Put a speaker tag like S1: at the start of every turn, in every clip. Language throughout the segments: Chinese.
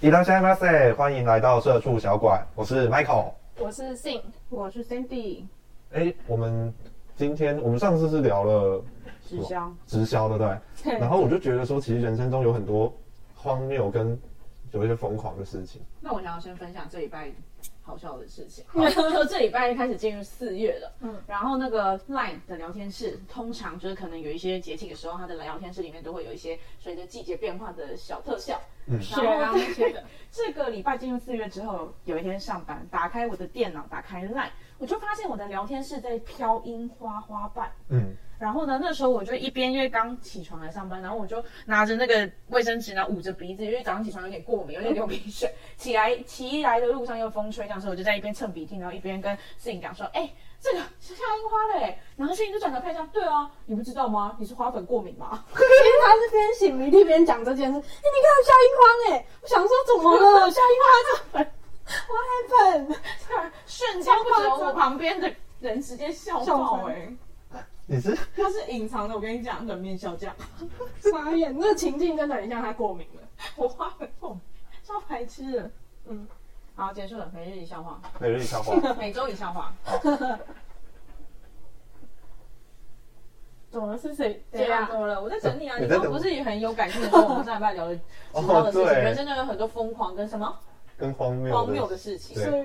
S1: 伊拉夏马塞，欢迎来到社畜小馆，我是 Michael。
S2: 我是信，
S3: 我是 Cindy，
S1: 哎，我们今天我们上次是聊了
S3: 纸箱。
S1: 直销，对不对？然后我就觉得说，其实人生中有很多荒谬跟有一些疯狂的事情。
S3: 那我想要先分享这礼拜 好笑的事情。嗯
S2: 因为说这礼拜开始进入四月了，
S3: 然后那个 Line 的聊天室，通常就是可能有一些节庆的时候，它的聊天室里面都会有一些随着季节变化的小特效。
S1: 嗯
S3: 然后啊那些的。这个礼拜进入四月之后，有一天上班，打开我的电脑，打开 Line，我就发现我的聊天室在飘樱花花瓣。
S1: 嗯，
S3: 然后呢，那时候我就一边因为刚起床来上班，然后我就拿着那个卫生纸，然后捂着鼻子，因为早上起床有点过敏，有点流鼻水。起来骑来的路上又风吹，这样所以我就在一边蹭鼻涕，然后一边跟摄影讲说：“哎、这个是下樱花嘞、然后摄影就转头看一下，对啊，你不知道吗？你是花粉过敏吗？
S2: 因为他是边擤鼻涕边讲这件事。哎、你看夏樱花哎，我想说怎么 了？夏樱花这 what happened？
S3: 瞬 间不止我旁边的人直接笑爆哎、
S1: 你是
S3: 他是隐藏的，我跟你讲，冷面笑匠，
S2: 傻眼，那个情境真的很像他过敏了。
S3: 我花粉过敏，超白痴的。
S2: 嗯
S3: 嗯，好，结束了，每日一笑话。
S1: 每日一 笑话。
S3: 每周一笑话，
S2: 怎么了？是谁
S3: 这
S2: 这
S3: 样
S2: 样？
S3: 怎么了？我在整理啊。
S1: 你
S3: 你
S1: 在哦整
S3: 刚刚不是也很有感性的说我们上礼拜聊了其他的事情，人生中有很多疯狂跟什么
S1: 跟荒谬的
S3: 荒谬的事情
S1: 对。
S2: 所以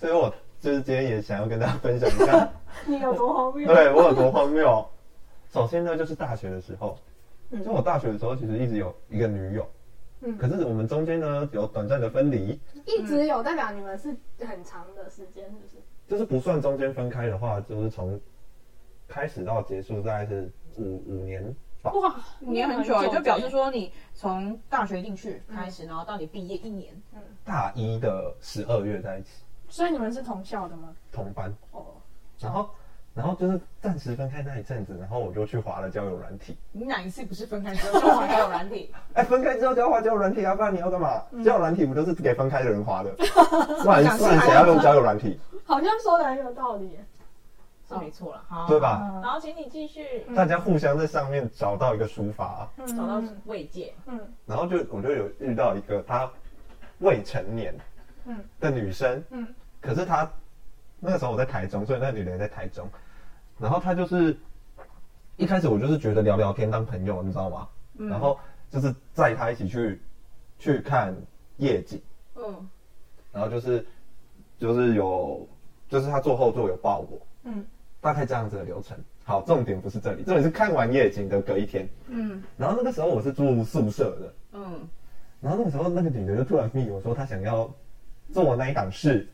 S1: 所以我就是今天也想要跟大家分享一下，
S2: 你有多荒谬？
S1: 对我有多荒谬。首先呢，就是大学的时候，
S2: 嗯
S1: 就我大学的时候其实一直有一个女友，
S2: 嗯
S1: 可是我们中间呢有短暂的分离，
S2: 一直有，代表你们是很长的时间，是不是？
S1: 就是不算中间分开的话，就是从开始到结束大概是五五年吧。
S3: 哇，你也很久嗯啊，
S2: 很久
S3: 就表示说你从大学进去开始，然后到你毕业一年，
S1: 大一的十二月在一起
S2: 所以你们是同校的吗？
S1: 同班，
S2: 哦，
S1: 然后然后就是暂时分开那一阵子，然后我就去划了交友软体。
S3: 你哪一次不是分开 之后就还有软体？
S1: 哎，分开之后就要划交友软体啊，不然你要干嘛？
S2: 嗯
S1: 交友软体不都是给分开的人 划的？不然不然谁要用交友软体，
S2: 好像说的很有道理耶。
S3: 是没错了，好，
S1: 对？吧？
S3: 然后请你继续
S1: 大家互相在上面找到一个抒发啊、
S2: 嗯
S3: 找到慰藉，
S2: 嗯
S1: 然后就我就有遇到一个她未成年
S2: 嗯
S1: 的女生，
S2: 嗯
S1: 可是她那个时候我在台中，所以那女的也在台中，然后她就是一开始我就是觉得聊聊天当朋友，你知道吗？
S2: 嗯
S1: 然后就是载她一起去去看夜景，
S3: 嗯，
S1: 然后就是就是有就是她坐后座有抱我，
S2: 嗯
S1: 大概这样子的流程。好，重点不是这里，重点是看完夜景的隔一天，
S3: 嗯
S1: 然后那个时候我是住宿舍的，
S3: 嗯，
S1: 然后那个时候那个女的就突然密我说她想要做我那一档事，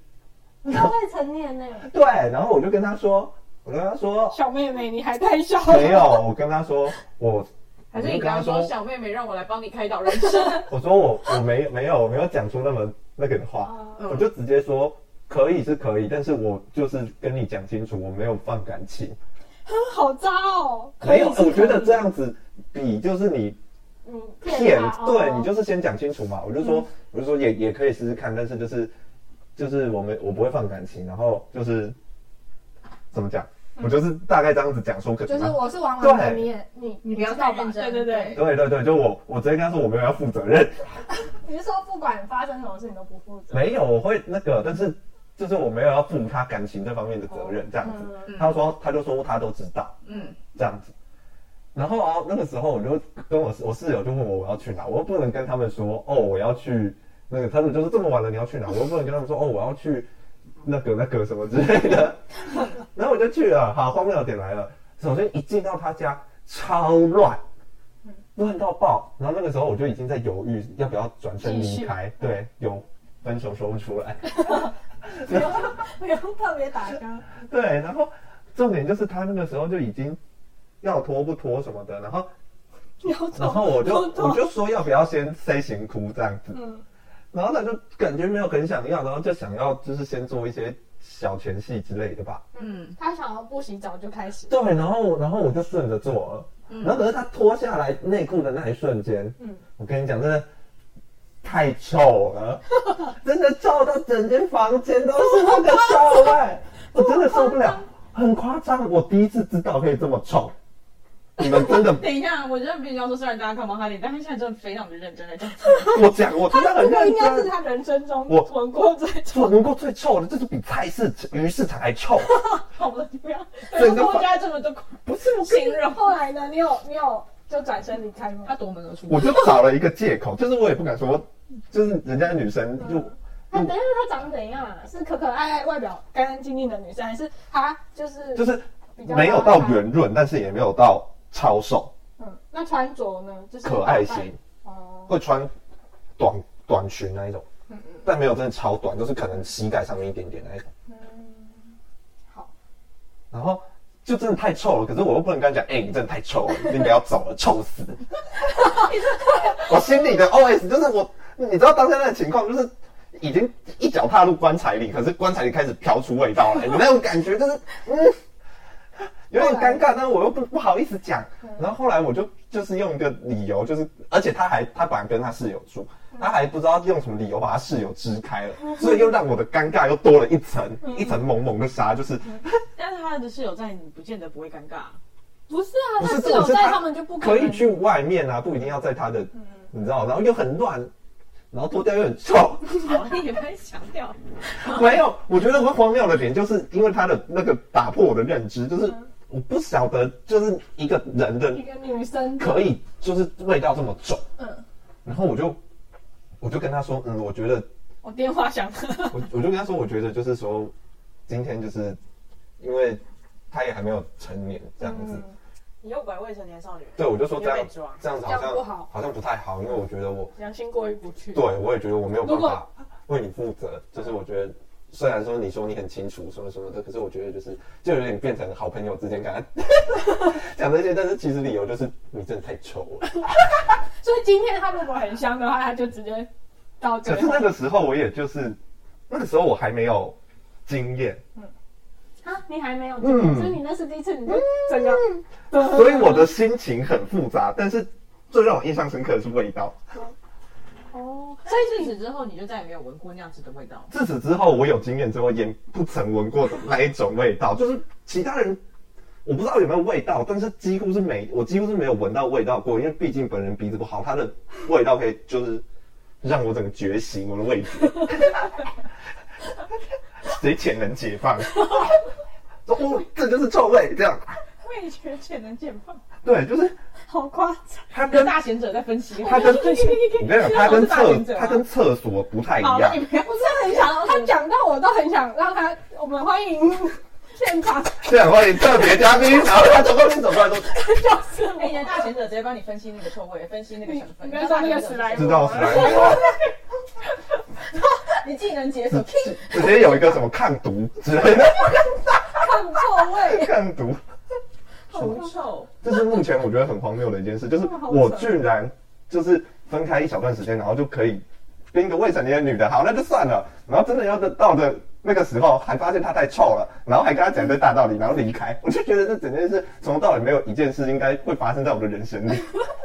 S2: 你都未成年呢，
S1: 对，然后我就跟她说，我跟她说
S2: 小妹妹，你还太小。
S1: 没有，我跟她说我，
S3: 还是
S1: 我就
S3: 你
S1: 跟
S3: 刚
S1: 她
S3: 刚
S1: 说
S3: 说，小妹妹让我来帮你开导人生，
S1: 我说我我没没有我没有讲出那么那个的话，
S2: 哦
S3: 嗯
S1: 我就直接说可以是可以，但是我就是跟你讲清楚，我没有放感情，
S2: 好渣哦！
S1: 没有，呃我觉得这样子比就是你
S2: 嗯，
S1: 骗
S2: 他，哦嗯
S1: 对你就是先讲清楚嘛。我就说，我就说也也可以试试看，但是就是就是我们我不会放感情，然后就是怎么讲，我就是大概这样子讲说可
S2: 嗯就
S1: 能、
S2: 是
S1: 啊。
S2: 我是玩玩的，
S1: 对
S2: 你也你
S3: 你不要
S2: 知道
S3: 太认
S2: 吧
S3: 真
S2: 对对对，
S1: 对对对，就我我直接跟他说我没有要负责任，
S2: 你是说不管发生什么事你都不负责？
S1: 没有我会那个，但是就是我没有要负他感情这方面的责任这样子。
S2: 嗯
S1: 他说他就说他都知道
S3: 嗯
S1: 这样子，然后啊那个时候我就跟我我室友就问我我要去哪，我又不能跟他们说哦我要去那个，他们就是这么晚了你要去哪，我又不能跟他们说哦我要去那个那个什么之类 的，然后我就去了。好，荒谬的点来了，首先一进到他家超乱，乱到爆，然后那个时候我就已经在犹豫要不要转身
S2: 继
S1: 离
S2: 续
S1: 开，对，有分手说不出来。
S2: 不用不用特别打歌，
S1: 对，然后重点就是他那个时候就已经要拖不拖什么的，然后
S2: 有
S1: 然
S2: 种
S1: 后 我就
S2: 有种
S1: 我就说要不要先 C 型哭这样子，
S2: 嗯
S1: 然后他就感觉没有很想要，然后就想要就是先做一些小前戏之类的吧。
S3: 嗯，
S2: 他想要不洗澡就开始，
S1: 对，然后然后我就顺着做了，然后可是他脱下来内裤的那一瞬间，
S2: 嗯
S1: 我跟你讲，真的太臭了，真的臭到整间房间都是那个臭味，我真的受不了，很夸张。我第一次知道可以这么臭，你们真的，
S3: 等一下，我真的必须要说，虽然大家看不到他脸，但他现在真的非常的认真的讲。
S1: 我讲我真的
S4: 这
S1: 很
S4: 个
S1: 认
S4: 应该是
S1: 真。
S4: 他人生中
S1: 我
S4: 闻过最臭。
S1: 我闻过最臭的，这是比菜市鱼市场还 臭。
S3: 好了，不要，
S1: 所以
S3: 整
S1: 你
S3: 个
S1: 就
S3: 国家这么多
S1: 不是我跟你
S3: 形容，
S4: 后来呢？你有你有就转身离开吗？
S3: 他夺门而出。
S1: 我就找了一个借口，就是我也不敢说，就是人家女生就
S4: 那等一下，她长怎样啊？是可可爱爱、外表干干净净的女生，还是她就是
S1: 就是
S4: 比较
S1: 没有到
S4: 邋遢？
S1: 圆润，但是也没有到超瘦，
S4: 嗯，那穿着呢？就是
S1: 可爱
S4: 打扮
S1: 型，
S4: 哦，
S1: 会穿短短裙那一种，但没有真的超短，就是可能膝盖上面一点点那一种。
S4: 嗯，好，
S1: 然后就真的太臭了，可是我又不能跟他讲，哎、你真的太臭了，你应该要走了，臭死。 我心里的 OS 就是我，你知道当下那个情况就是。已经一脚踏入棺材里，可是棺材里开始飘出味道来，你那种感觉就是， 嗯，有点尴尬，但是我又不不好意思讲。然后后来我就就是用一个理由，就是而且他还他本来跟他室友住，他还不知道用什么理由把他室友支开了，所以又让我的尴尬又多了一层，一层蒙蒙的纱，就是
S3: 但是他的室友在，你不见得不会尴尬。
S4: 不是啊，
S1: 不
S4: 她
S1: 是
S4: 室
S1: 这
S4: 友
S1: 种是
S4: 在，
S1: 她
S4: 他们就不
S1: 可以
S4: 能嗯
S1: 去外面啊，不一定要在他的，你知道，然后又很乱，然后脱掉又很 臭，
S3: 好，你不会强调。
S1: 没有，我觉得我荒谬的点就是因为他的那个打破我的认知，就是
S4: 嗯
S1: 我不晓得，就是一个人的
S4: 一个女生
S1: 可以就是味道这么重，
S4: 嗯，
S1: 然后我就我就跟他说，嗯，我觉得
S3: 我电话响了，
S1: 我我就跟他说，我觉得就是说今天就是因为他也还没有成年这样子，
S4: 嗯
S3: 你又拐未成年少女，
S1: 对我就说这
S3: 你
S1: 样
S3: 就被抓
S1: 这样子好
S4: 这样
S1: 像
S4: 不好
S1: 像不太好，因为我觉得我。
S4: 良心过意不去。
S1: 对，我也觉得我没有办
S4: 如
S1: 法
S4: 果
S1: 为你负责。就是我觉得，虽然说你说你很清楚什么什么的，可是我觉得就是就有点变成好朋友之间感， 讲这些，但是其实理由就是你真的太丑了。
S4: 所以今天她如果很香的话，她就直接到这
S1: 可
S4: 里
S1: 是。那个时候我也就是那个时候我还没有经验，
S4: 啊，你还没有，
S1: 嗯
S4: 嗯、所以你那是第一次，你就整个，
S1: 所以我的心情很复杂。但是最让我印象深刻的是味道。
S4: 哦，
S3: 所以自此之后，你就再也没有闻过那样子的味道。
S1: 自此之后，我有经验之后也不曾闻过的那一种味道，就是其他人我不知道有没有味道，但是几乎是没，我几乎是没有闻到味道过，因为毕竟本人鼻子不好，它的味道可以就是让我整个觉醒我的味觉，谁潜能解放？说哦，这就是臭味，这样
S3: 味觉潜能解放，
S1: 对，就是
S4: 好夸张，
S1: 它
S3: 有
S1: 跟
S3: 大贤者在分析。
S1: 它跟你跟你讲，它跟厕它跟厕所不太一
S3: 啊好，那
S1: 样
S3: 你，不要
S4: 不是很想，他讲到我都很想让他，我们欢迎现场
S1: 这样欢迎特别嘉宾，然后他从后面走过来说。
S4: 就是
S3: 哎，人
S4: 我，
S3: 家大贤者直接帮你分析那个臭味，分析那个成分。
S4: 你刚说那个史莱姆
S1: 知道史莱姆啊，
S3: 你技能解锁，
S1: 直接有一个什么抗毒之类的
S4: 看错位，
S1: 抗毒，
S3: 除臭。
S1: 这是目前我觉得很荒谬的一件事，就是我居然就是分开一小段时间，然后就可以跟一个未成年的女的，好那就算了，然后真的要到的那个时候，还发现她太臭了，然后还跟她讲一堆大道理，然后离开，我就觉得这整件事从头到尾没有一件事应该会发生在我的人生里。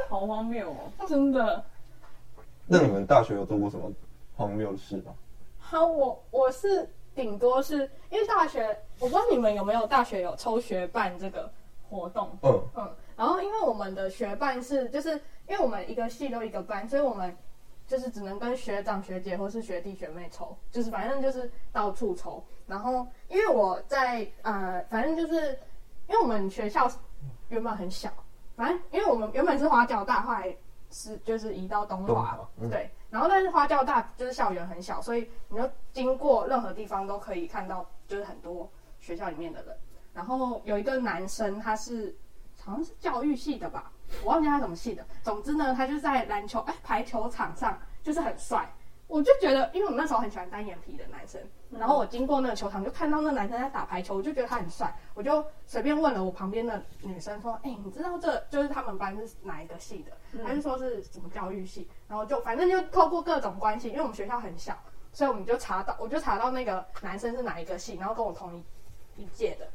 S3: 好荒谬哦！
S4: 嗯真的。
S1: 那你们大学有做过什么荒谬的事吗？
S4: 好，我我是顶多是因为大学，我不知道你们有没有大学有抽学伴这个活动，
S1: 嗯，
S4: 嗯，然后因为我们的学伴是，就是因为我们一个系都一个班，所以我们就是只能跟学长学姐或是学弟学妹抽，就是反正就是到处抽。然后因为我在呃，反正就是因为我们学校原本很小，反正因为我们原本是花教大，后来是就是移到东
S1: 东
S4: 华
S1: 华，嗯
S4: 对。然后但是花教大就是校园很小，所以你就经过任何地方都可以看到，就是很多学校里面的人。然后有一个男生，他是好像是教育系的吧，我忘记他什么系的。总之呢，他就在篮球哎排球场上就是很帅，我就觉得，因为我那时候很喜欢单眼皮的男生，然后我经过那个球场就看到那男生在打排球，我就觉得他很帅，我就随便问了我旁边的女生说：“哎、你知道这就是他们班是哪一个系的？”他就说是什么教育系，然后就反正就透过各种关系，因为我们学校很小，所以我们就查到，我就查到那个男生是哪一个系，然后跟我同一一届的。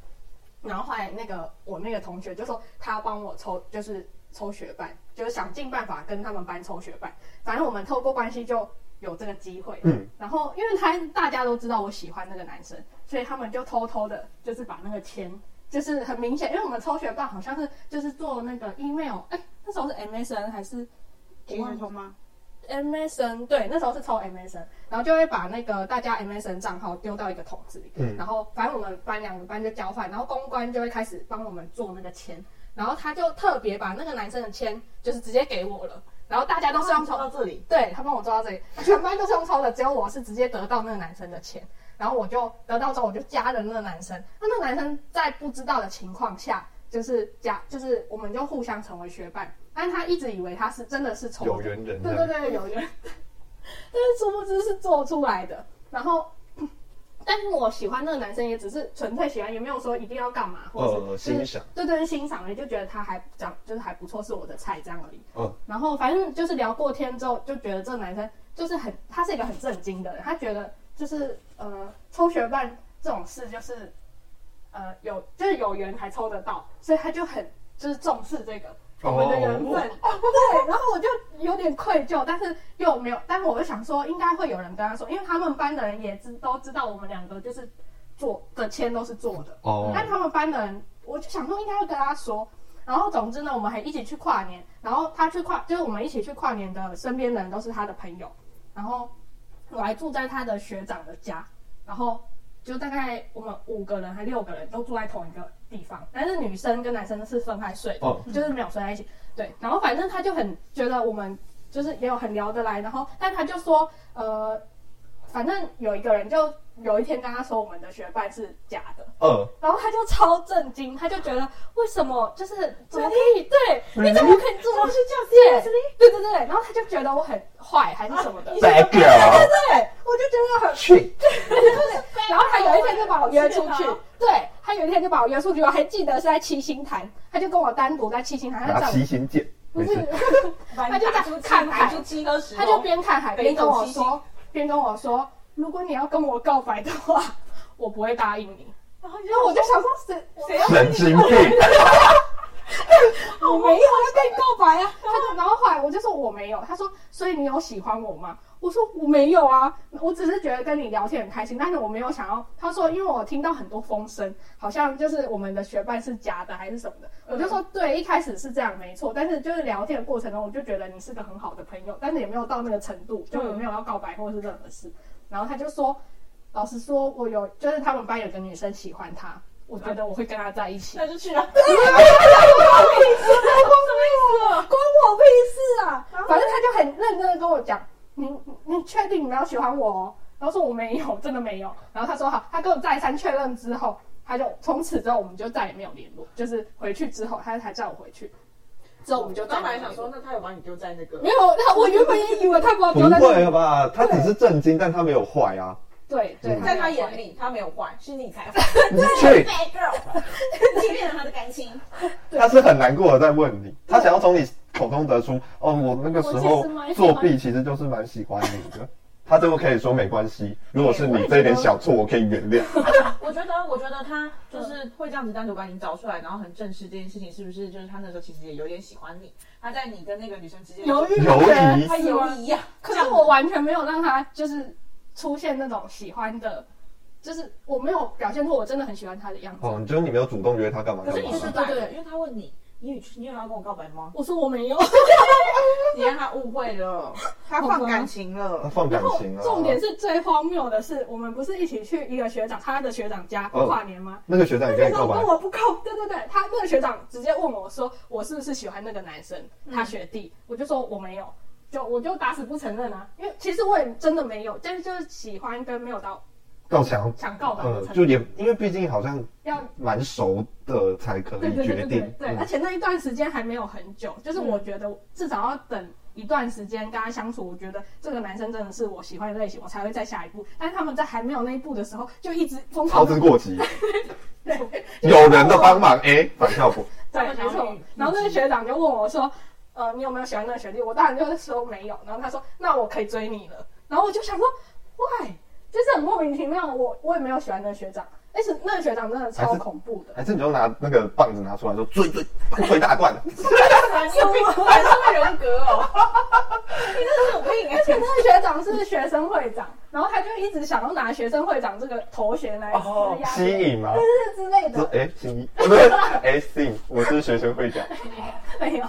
S4: 然后后来那个我那个同学就说他帮我抽，就是抽学伴，就是想尽办法跟他们班抽学伴。反正我们透过关系就有这个机会。
S1: 嗯，
S4: 然后因为他大家都知道我喜欢那个男生，所以他们就偷偷的，就是把那个签。就是很明显，因为我们抽学霸好像是就是做那个 email，哎、那时候是 MSN 还是
S3: 即时通吗？
S4: MSN，对，那时候是抽 MSN，然后就会把那个大家 MSN 账号丢到一个桶子里，
S1: 嗯
S4: 然后反正我们班两个班就交换，然后公关就会开始帮我们做那个签，然后他就特别把那个男生的签就是直接给我了，然后大家都是用抽，
S3: 到这里，
S4: 对他帮我抽到这里，全班都是用抽的，只有我是直接得到那个男生的签，然后我就得到之后我就加了那个男生，那那个男生在不知道的情况下。就是加，就是我们就互相成为学伴，但他一直以为他是真的是抽
S1: 有
S4: 的
S1: 缘人这
S4: 对
S1: 样
S4: 对对，有缘。但是殊不知是做出来的。然后，但是我喜欢那个男生也只是纯粹喜欢，也没有说一定要干嘛，或者是、
S1: 呃
S4: 就是
S1: 欣赏
S4: 对对，欣赏而已，就觉得他还长就是还不错，是我的菜这样而已。
S1: 嗯
S4: 然后反正就是聊过天之后，就觉得这个男生就是很，他是一个很震惊的人，他觉得就是呃，抽学伴这种事就是呃有就是有缘才抽得到，所以他就很就是重视这个我们的缘分。对，然后我就有点愧疚，但是又没有，但是我就想说，应该会有人跟他说，因为他们班的人也知都知道我们两个就是做的签都是做的，
S1: 哦
S4: 但他们班的人，我就想说应该会跟他说。然后总之呢，我们还一起去跨年，然后他去跨，就是我们一起去跨年的身边的人都是他的朋友，然后我还住在他的学长的家，然后就大概我们五个人还六个人都住在同一个地方，但是女生跟男生是分开睡的，
S1: 哦
S4: 就是没有睡在一起。对，然后反正他就很觉得我们就是也有很聊得来，然后但他就说，呃，反正有一个人就有一天跟他说我们的学伴是假的，
S1: 呃，
S4: 然后他就超震惊，他就觉得为什么就是怎么可以对，你怎么可以做到是这样子？对对对，然后他就觉得我很坏还是什么的，对
S1: 白表
S4: 对，我就觉得很
S1: 去，
S4: 然后他有一天
S2: 啊
S4: 就把我啊约出去
S3: 是吗，
S4: 对他有一天就把我约出去，我还记得是在七星潭，他就跟我单独在七星潭，他就
S1: 拿
S4: 哎找
S1: 七星剑，
S4: 不
S1: 没 事
S4: 是，
S3: 他
S4: 就在看海
S3: 海出鸡和石头，
S4: 他就边看海边跟我
S3: 北斗七
S4: 说，边跟我说，如果你要跟我告白的话，我不会答应你。
S3: 然后
S4: 然后我就想说，谁
S3: 谁要
S1: 神经病，
S4: 我没有要跟你告白啊。他说，然后后来我就说我没有。他说，所以你有喜欢我吗？我说我没有啊，我只是觉得跟你聊天很开心，但是我没有想要。他说，因为我听到很多风声，好像就是我们的学伴是假的还是什么的。我就说，对，一开始是这样没错，但是就是聊天的过程中，我就觉得你是个很好的朋友，但是也没有到那个程度，就也没有要告白或是任何事。然后他就说，老实说，我有就是他们班有个女生喜欢他，我觉得我会跟他在一起。
S3: 那就去 了，
S4: 关我屁事啊！反正他就很认真的跟我讲，你你确定你们要喜欢我、哦？然后说我没有， 真的没有。然后他说好，他跟我再三确认之后，他就从此之后我们就再也没有联络，就是回去之后他才叫我回去，之后我们就再
S3: 刚
S4: 也没有
S3: 本
S4: 联
S3: 来想
S4: 络
S3: 说，那他有把你丢在那个
S4: 没有，那我原本也以为他把我
S1: 不
S4: 丢在那
S1: 会
S4: 里，
S1: 吧？他只是震惊，但他没有坏啊，
S4: 对对，
S3: 在他
S4: 没有
S3: 眼里，他没有坏，是你 才坏。
S1: 你去，
S3: Bad girl，欺 骗了他的感情。
S1: 他是很难过的在问你，他想要从你口中得出，哦，我那个时候作弊其实就是蛮喜欢你的。他最后可以说没关系，如果是你这一点小错，我可以原谅。
S3: 我觉得，我觉得他就是会这样子单独把你找出来，然后很正视这件事情，是不是？就是他那时候其实也有点喜欢你，他在你跟那个女生之间
S4: 犹豫
S1: 犹
S4: 不决
S1: 疑
S3: 他犹疑呀、
S4: 可是我完全没有让他就是出现那种喜欢的，就是我没有表现出我真的很喜欢他的样子。
S1: 哦，就是你没有主动约他干嘛
S3: 可
S1: 干
S3: 是
S1: 嘛
S3: 你
S4: 对
S3: 失
S4: 对
S1: 啊？
S3: 败
S4: 对对
S3: 了，因为他问你，你有你有要跟我告白吗？
S4: 我说我没有。
S3: 你让他误会了，他
S4: 放感
S3: 情
S1: 他
S3: 了。
S1: 放感
S4: 然后
S1: 情啊。
S4: 重点是最荒谬的是，我们不是一起去一个学长他的学长家
S1: 哦
S4: 跨年吗？
S1: 那个学长也
S4: 学
S1: 跟你
S4: 长
S1: 告白
S4: 跟，我不靠，对对对，他那个学长直接问我说，我是不是喜欢那个男生，他学弟，我就说我没有，就我就打死不承认啊，因为其实我也真的没有，但是就是喜欢跟没有到
S1: 告强，
S4: 想告白的
S1: 呃，
S4: 程度，
S1: 就也因为毕竟好像
S4: 要
S1: 蛮熟的才可
S4: 对
S1: 以
S4: 对对
S1: 决
S4: 对对
S1: 定。
S4: 对，而且那一段时间还没有很久，就是我觉得至少要等一段时间跟他相处，我觉得这个男生真的是我喜欢的类型，我才会再下一步。但是他们在还没有那一步的时候，就一直哦疯
S1: 操
S4: 狂
S1: 之
S4: 的
S1: 过 急，
S4: 对
S1: 有人的帮忙，哎，反效果。
S4: 对，没错。嗯然后那个学长就问我说：“呃，你有没有喜欢那个学弟？”我当然就是说没有。然后他说：“那我可以追你了。”然后我就想说，why？就是很莫名其妙，我我也没有喜欢那个学长，
S2: 而且那个学长真的
S1: 还
S2: 超
S1: 是
S2: 恐怖的，
S1: 还哎是你就拿那个棒子拿出来说最最最大罐，
S3: 男 生男生的人格哦，你真是有病哎
S2: 而！且 那个学长是学生会长，然后他就一直想要拿学生会长这个头衔来施压，
S1: 哦吸引吗？
S2: 就是之类
S1: 说
S2: 的，
S1: 哎新 一，不是哎信，我是学生会长，嗯
S2: 没有。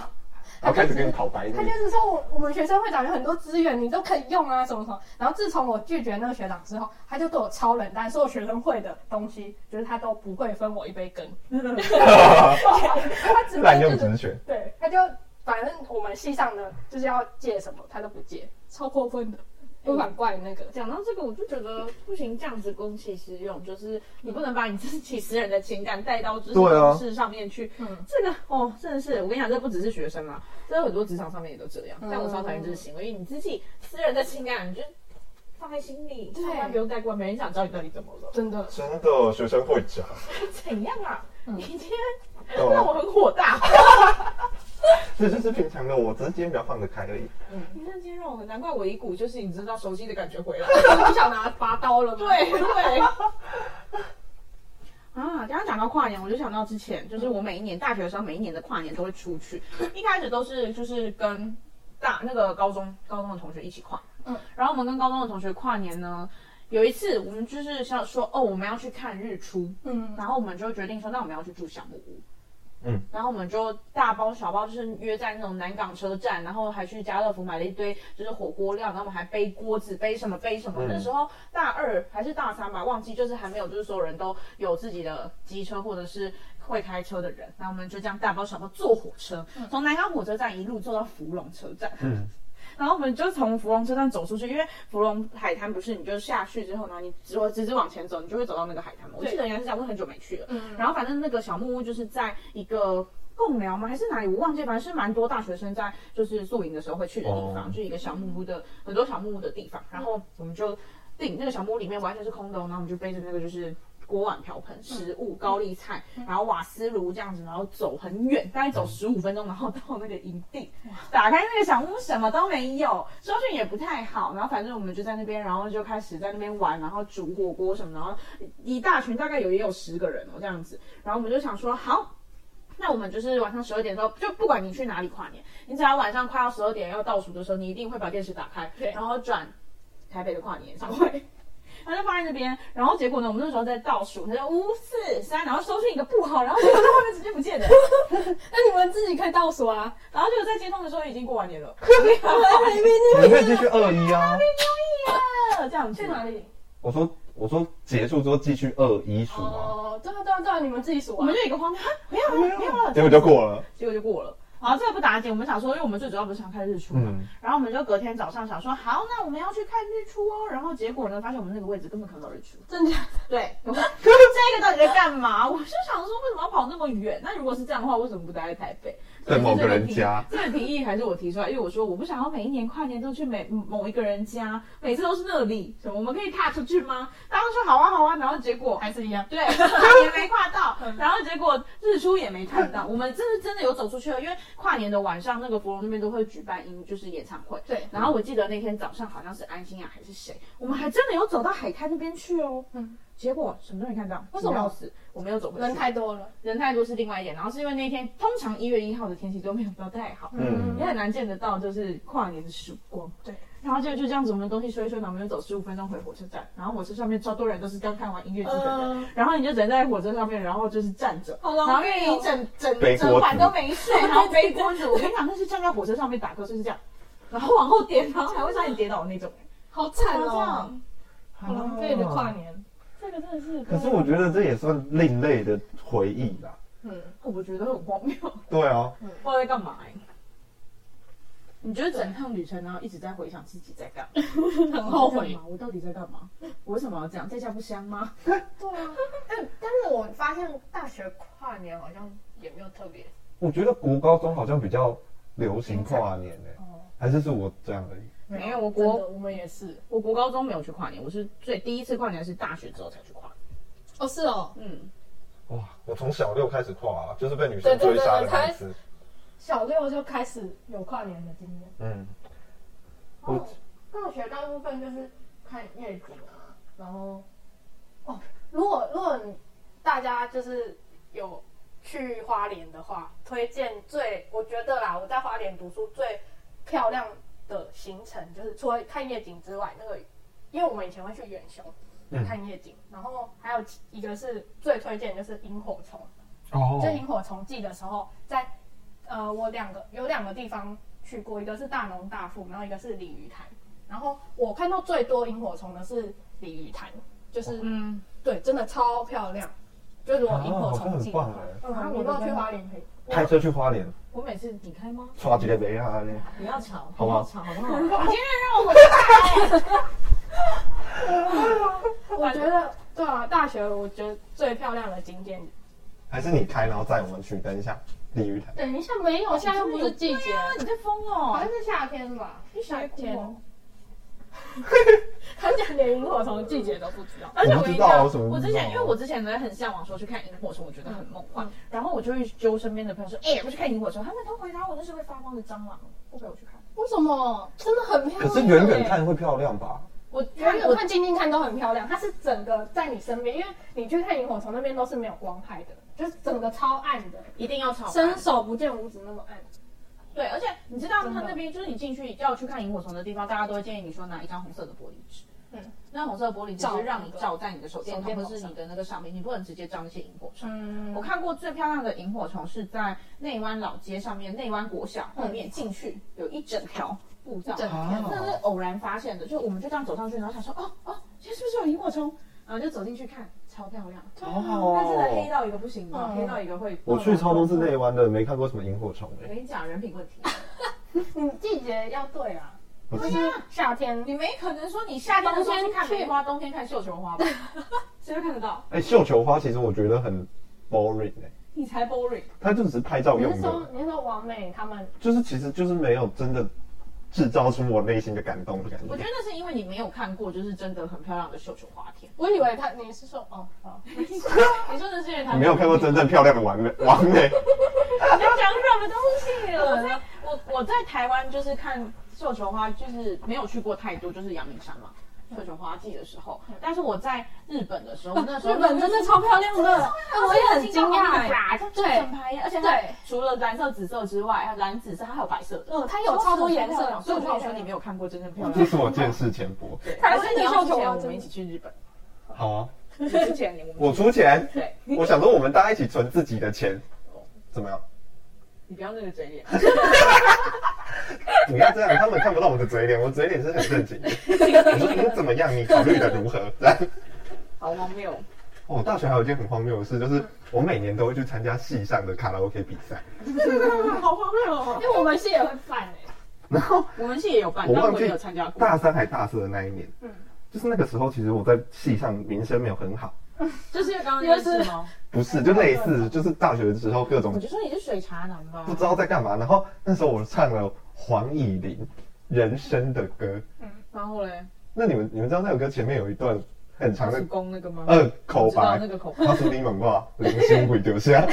S1: 我开始跟你讨白
S2: 他
S1: 日
S2: 就。是说我我们学生会长有很多资源，你都可以用啊，什么什么。然后自从我拒绝那个学长之后，他就对我超冷淡，所有学生会的东西就是他都不会分我一杯羹， 他只
S1: 滥
S2: 会就
S1: 用
S2: 是
S1: 职权，
S2: 对，他就反正我们系上的就是要借什么他都不借，超过分的，不敢怪那个。
S3: 讲到这个，我就觉得不行，这样子公器私用，就是你不能把你自己私人的情感带到就是
S1: 对啊
S3: 公事上面去。
S2: 嗯
S3: 这个哦，真的是，我跟你讲，这不只是学生啊，这很多职场上面也都这样。
S2: 嗯
S3: 但我超讨厌这个行为，因为你自己私人的情感，你就放在心里，
S2: 对
S3: 上班不用带过来，没人想知道你到底怎么了，
S2: 真的，
S1: 真的学生会长，
S3: 怎样啊？你今天
S2: 哦
S1: 懂
S3: 让
S1: 吗？
S3: 我很火大，
S1: 这就是平常的我，只是今天比较放得开而已。
S3: 你今天让我很难怪我一股就是你知道熟悉的感觉回来。
S2: 你想拿拔刀了吗？
S3: 对对。 啊，刚刚讲到跨年，我就想到之前，就是我每一年大学的时候，每一年的跨年都会出去。一开始都是就是跟大那个高中高中的同学一起跨，
S2: 嗯
S3: 嗯，然后我们跟高中的同学跨年呢，有一次我们就是想说，哦，我们要去看日出，
S2: 嗯，
S3: 然后我们就决定说，那我们要去住小木屋。
S1: 嗯，
S3: 然后我们就大包小包，就是约在那种南港车站，然后还去家乐福买了一堆就是火锅料，然后我们还背锅子，背什么背什么。
S1: 嗯
S3: 那时候大二还是大三吧，忘记，就是还没有，就是所有人都有自己的机车或者是会开车的人。那我们就这样大包小包坐火车，从南港火车站一路坐到芙蓉车站。
S1: 嗯，
S3: 然后我们就从芙蓉车站走出去，因为芙蓉海滩不是你就下去之后，然后你只直直往前走，你就会走到那个海滩嘛。我记得原来是这样，我很久没去了。
S2: 嗯
S3: 然后反正那个小木屋就是在一个贡寮吗？还是哪里？我忘记，反正是蛮多大学生在就是宿营的时候会去的地方，
S1: 哦
S3: 就一个小木屋的很多小木屋的地方。然后我们就订那个小木屋里面完全是空的哦，然后我们就背着那个就是。锅碗瓢盆、食物、高丽菜，然后瓦斯炉这样子，然后走很远，大概走十五分钟，然后到那个营地，打开那个小屋，什么都没有，收讯也不太好，然后反正我们就在那边，然后就开始在那边玩，然后煮火锅什么，然后一大群大概有也有十个人哦这样子，然后我们就想说好。那我们就是晚上十二点之后，就不管你去哪里跨年，你只要晚上快要十二点要倒数的时候，你一定会把电视打开，
S2: 对
S3: 然后转台北的跨年演唱会，然后就放在那边。然后结果呢，我们那时候在倒数，他就五四三，然后收讯一个不好，然后结果在外面直接不见了。
S2: 那你们自己可以倒数啊，
S3: 然后就在接通的时候已经过完年了，
S1: 你可以继续二一啊。
S3: 这样子
S2: 去哦哪里？
S1: 我说我说结束之后继续二一数啊，
S2: 哦，对啊对啊对啊，你们自己数
S3: 我
S2: 啊
S3: 们。就一 个荒谬，啊没有了，没有了，
S1: 结果就过了。
S3: 结果就过了。好，这个不打紧，我们想说，因为我们最主要不是想看日出嘛，
S1: 嗯，
S3: 然后我们就隔天早上想说，好，那我们要去看日出哦。然后结果呢，发现我们那个位置根本看不到 日出。
S2: 真假？
S3: 对，我们这个到底在干嘛？我就想说，为什么要跑那么远？那如果是这样的话，为什么不待在台北？
S1: 在某个人家
S3: 这个提议还是我提出来，因为我说我不想要每一年跨年都去每某一个人家，每次都是那里，什么我们可以踏出去吗？大家都说好啊好啊，然后结果
S2: 还是一样？
S3: 对， 跨年没跨到，然后结果日出也没 看到。我们这是真的有走出去了，因为跨年的晚上，那个芙蓉那边都会举办音就是演唱会。
S2: 对
S3: 然后我记得那天早上好像是安心啊还是谁，我们还真的有走到海滩那边去哦。
S2: 嗯
S3: 嗯，结果什么都没看到，
S2: 为什么
S3: 要死？我没有走回去，
S2: 人太多了。
S3: 人太多是另外一点。然后是因为那天通常一月一号的天气都没有到太好，
S1: 嗯
S3: 也很难见得到就是跨年的曙光。
S2: 对，
S3: 然后就就这样子，我们东西收一收，然后我们就走十五分钟回火车站。然后火车上面超多人都是刚看完音乐剧的人，
S2: 嗯
S3: 然后你就只能在火车上面，然后就是站着，
S2: 好
S3: 然
S2: 浪
S3: 后
S2: 费
S3: 因为
S2: 哦
S3: 你整整
S1: 背锅子
S3: 整晚都没 睡，然后背锅子。我跟你讲，那是站在火车上面打瞌睡是这样，然后往后颠，然后还会差点跌倒的那种。
S2: 好惨
S3: 这
S2: 哦
S3: 样，
S2: 好浪费的
S1: 啊
S2: 跨。年。这个真的是，
S1: 可是我觉得这也算另类的回忆吧。
S2: 嗯，
S3: 我觉得很荒谬，不知
S1: 对啊，
S3: 道在干嘛哎。你觉得整趟旅程，然后一直在回想自己在干嘛？
S2: 很后悔
S3: 吗？。我到底在干嘛？我为什么要这样？在家不香吗？
S2: 对啊，但但是我发现大学跨年好像也没有特别，
S1: 我觉得国高中好像比较流行跨年呢、
S2: 哦
S1: 还是是我这样而已。
S3: 没有我
S2: 真
S3: 国
S2: 的我们也是。
S3: 我国高中没有去跨年，我是最第一次跨年是大学之后才去跨
S2: 哦，是哦，
S3: 年。嗯，
S1: 哇，我从小六开始跨、啊，就是被女
S2: 生
S1: 生
S2: 追
S1: 追
S2: 杀
S1: 杀
S2: 的
S1: 的
S2: 那
S1: 那
S2: 一
S1: 一
S2: 次
S1: 次。
S2: 小六就开始有跨年的经验。
S1: 嗯，我
S2: 大学大部分就是看夜景啊，然后哦，如果如果你
S4: 大家就是有去花莲的话，推荐最我觉得啦，我在花莲读书最漂亮的行程就是除了看夜景之外，那个因为我们以前会去远雄
S1: 嗯
S4: 看夜景，然后还有一个是最推荐的就是萤火虫。
S1: 哦
S4: 就萤火虫季的时候，在呃，我两个有两个地方去过，一个是大农大富，然后一个是鲤鱼潭。然后我看到最多萤火虫的是鲤鱼潭，就是、
S3: 嗯，
S4: 对，真的超漂亮。就如果萤火虫季的话
S1: 哦，
S4: 嗯，
S3: 棒哎
S4: 我都去花莲可以。
S1: 开车去花莲，
S5: 我每次你开吗？
S1: 刷几个杯啊嘞。
S5: 不要吵，
S1: 好
S5: 不
S1: 吧
S5: 要吵，好不好？
S3: 你今天让我回家、欸，
S4: 我觉得对啊，大学我觉得最漂亮的景点。
S1: 还是你开，然后载我们去。等一下，鲤鱼潭。
S4: 等一下，没有，现在又不是季节，
S3: 啊，你在疯
S4: 好
S1: 哎
S4: 像
S3: 哦，
S4: 是夏天吧？
S3: 你
S4: 夏天
S3: 哦。。
S4: 他讲连萤火虫季节都不知道。
S3: 而且
S1: 我
S3: 我
S1: 不知
S3: 跟你
S1: 道啊
S3: 讲，
S1: 我什么不
S3: 我之
S1: 知道啊嗯
S3: 前因为我之前呢很向往说去看萤火虫，我觉得很梦幻，然后我就会揪身边的朋友说，哎、我去看萤火虫，他们都回答我那是会发光的蟑螂，不陪我去看。
S4: 为什么？真的很漂
S1: 可
S4: 亮。欸
S1: 是远远。看会漂亮吧？
S3: 我觉
S4: 远
S3: 得我
S4: 远看、近近看都很漂亮，它是整个在你身边，因为你去看萤火虫那边都是没有光害的，就是整个超暗的，
S3: 一定要吵
S4: 伸手不见五指那么暗。
S3: 对，而且你知道
S4: 真的
S3: 他那边就是你进去要去看萤火虫的地方，大家都会建议你说拿一张红色的玻璃纸。
S4: 嗯
S3: 嗯，那红色的玻璃纸
S4: 照
S3: 是让你
S4: 那个
S3: 照在你的手电
S4: 手
S3: 筒
S4: 电
S3: 或
S4: 筒
S3: 是你的那个上面，你不能直接照那些萤火虫。
S4: 嗯
S3: 我看过最漂亮的萤火虫是在内湾老街上面，内湾国小后面进去有一整条步道，
S4: 整
S1: 条
S3: 那是偶然发现的，就我们就这样走上去，然后想说哦哦，这是不是有萤火虫？然后就走进去看，超漂亮，
S1: 好好
S3: 但真的黑。到一个不行的，
S4: 嗯
S3: 黑到一个会。
S1: 哦我去超东市内湾的，没看过什么萤火虫
S3: 我
S1: 哎。
S3: 跟你讲，人品问题。
S4: 你季节要对啊，
S1: 我
S4: 就
S1: 记
S4: 是夏天，
S3: 你没可能说你夏天的时候去看梅花，冬天看绣球花吧？谁会看得到？
S1: 哎，绣球花其实我觉得很 boring 哎，
S3: 你才 boring。
S1: 它就只是拍照
S4: 你
S1: 用
S4: 是说
S1: 的，
S4: 你是说王美他们
S1: 就是其实就是没有真的制造出我内心的感动的感
S3: 我觉
S1: 觉
S3: 得。那是因为你没有看过，就是真的很漂亮的绣球花田。
S4: 我以为他你是说哦好，
S3: 你说的是因为他
S1: 你没有看过真正漂亮的完美完美。
S3: 你要讲什么东西
S4: 啊呃
S3: 了？我在我我在台湾就是看绣球花，就是没有去过太多，就是阳明山嘛。绣球花季的时候，但是我在日本的时候，那时候
S4: 日本真的超漂亮的，哎我也很惊讶哎。
S3: 哎，就整排 耶，而且它
S4: 对
S3: 除了蓝色、紫色之外，还有蓝紫色，它还有白色的，
S4: 嗯，它有超多颜色，
S3: 所以我跟你说，
S4: 里
S3: 你没
S4: 面
S3: 有看过真正漂亮
S1: 这
S3: 的。
S1: 是我见识浅薄。
S3: 还是你要之前我们一起去日本，
S1: 好啊，
S3: 之前你们
S1: 我出钱。
S3: 对，
S1: 我想说我们大家一起存自己的钱，怎么样？
S3: 你不要那个嘴脸，
S1: 不要这样，他们看不到我的嘴脸，我嘴脸是很正经的。我说你怎么样？你考虑的如何？ 这样
S3: 好荒谬。
S1: 哦，大学还有一件很荒谬的事，就是我每年都会去参加系上的卡拉 OK 比赛，
S3: 好荒谬哦！
S4: 因为我们系也会办哎，
S3: 嗯
S1: 然后
S3: 我们系也有办，
S1: 我
S3: 但
S1: 忘
S3: 我
S1: 记
S3: 也有参加过。
S1: 大三还大四的那一年，
S4: 嗯
S1: 就是那个时候，其实我在系上名声没有很好，
S3: 就是因为刚刚那件事吗？
S1: 不是，就类似就是大学的时候各
S3: 我
S1: 种
S3: 就说你是水茶男吧
S1: 不。知道在干嘛，然后那时候我唱了黄以玲《人生》的歌，
S3: 然后嘞，
S1: 那你们你们知道那首歌前面有一段很长
S3: 长
S1: 的
S3: 是公那个吗？
S1: 呃口
S3: 知道
S1: 白
S3: 那，个口白。
S1: 他是你问我，人生为着 啥？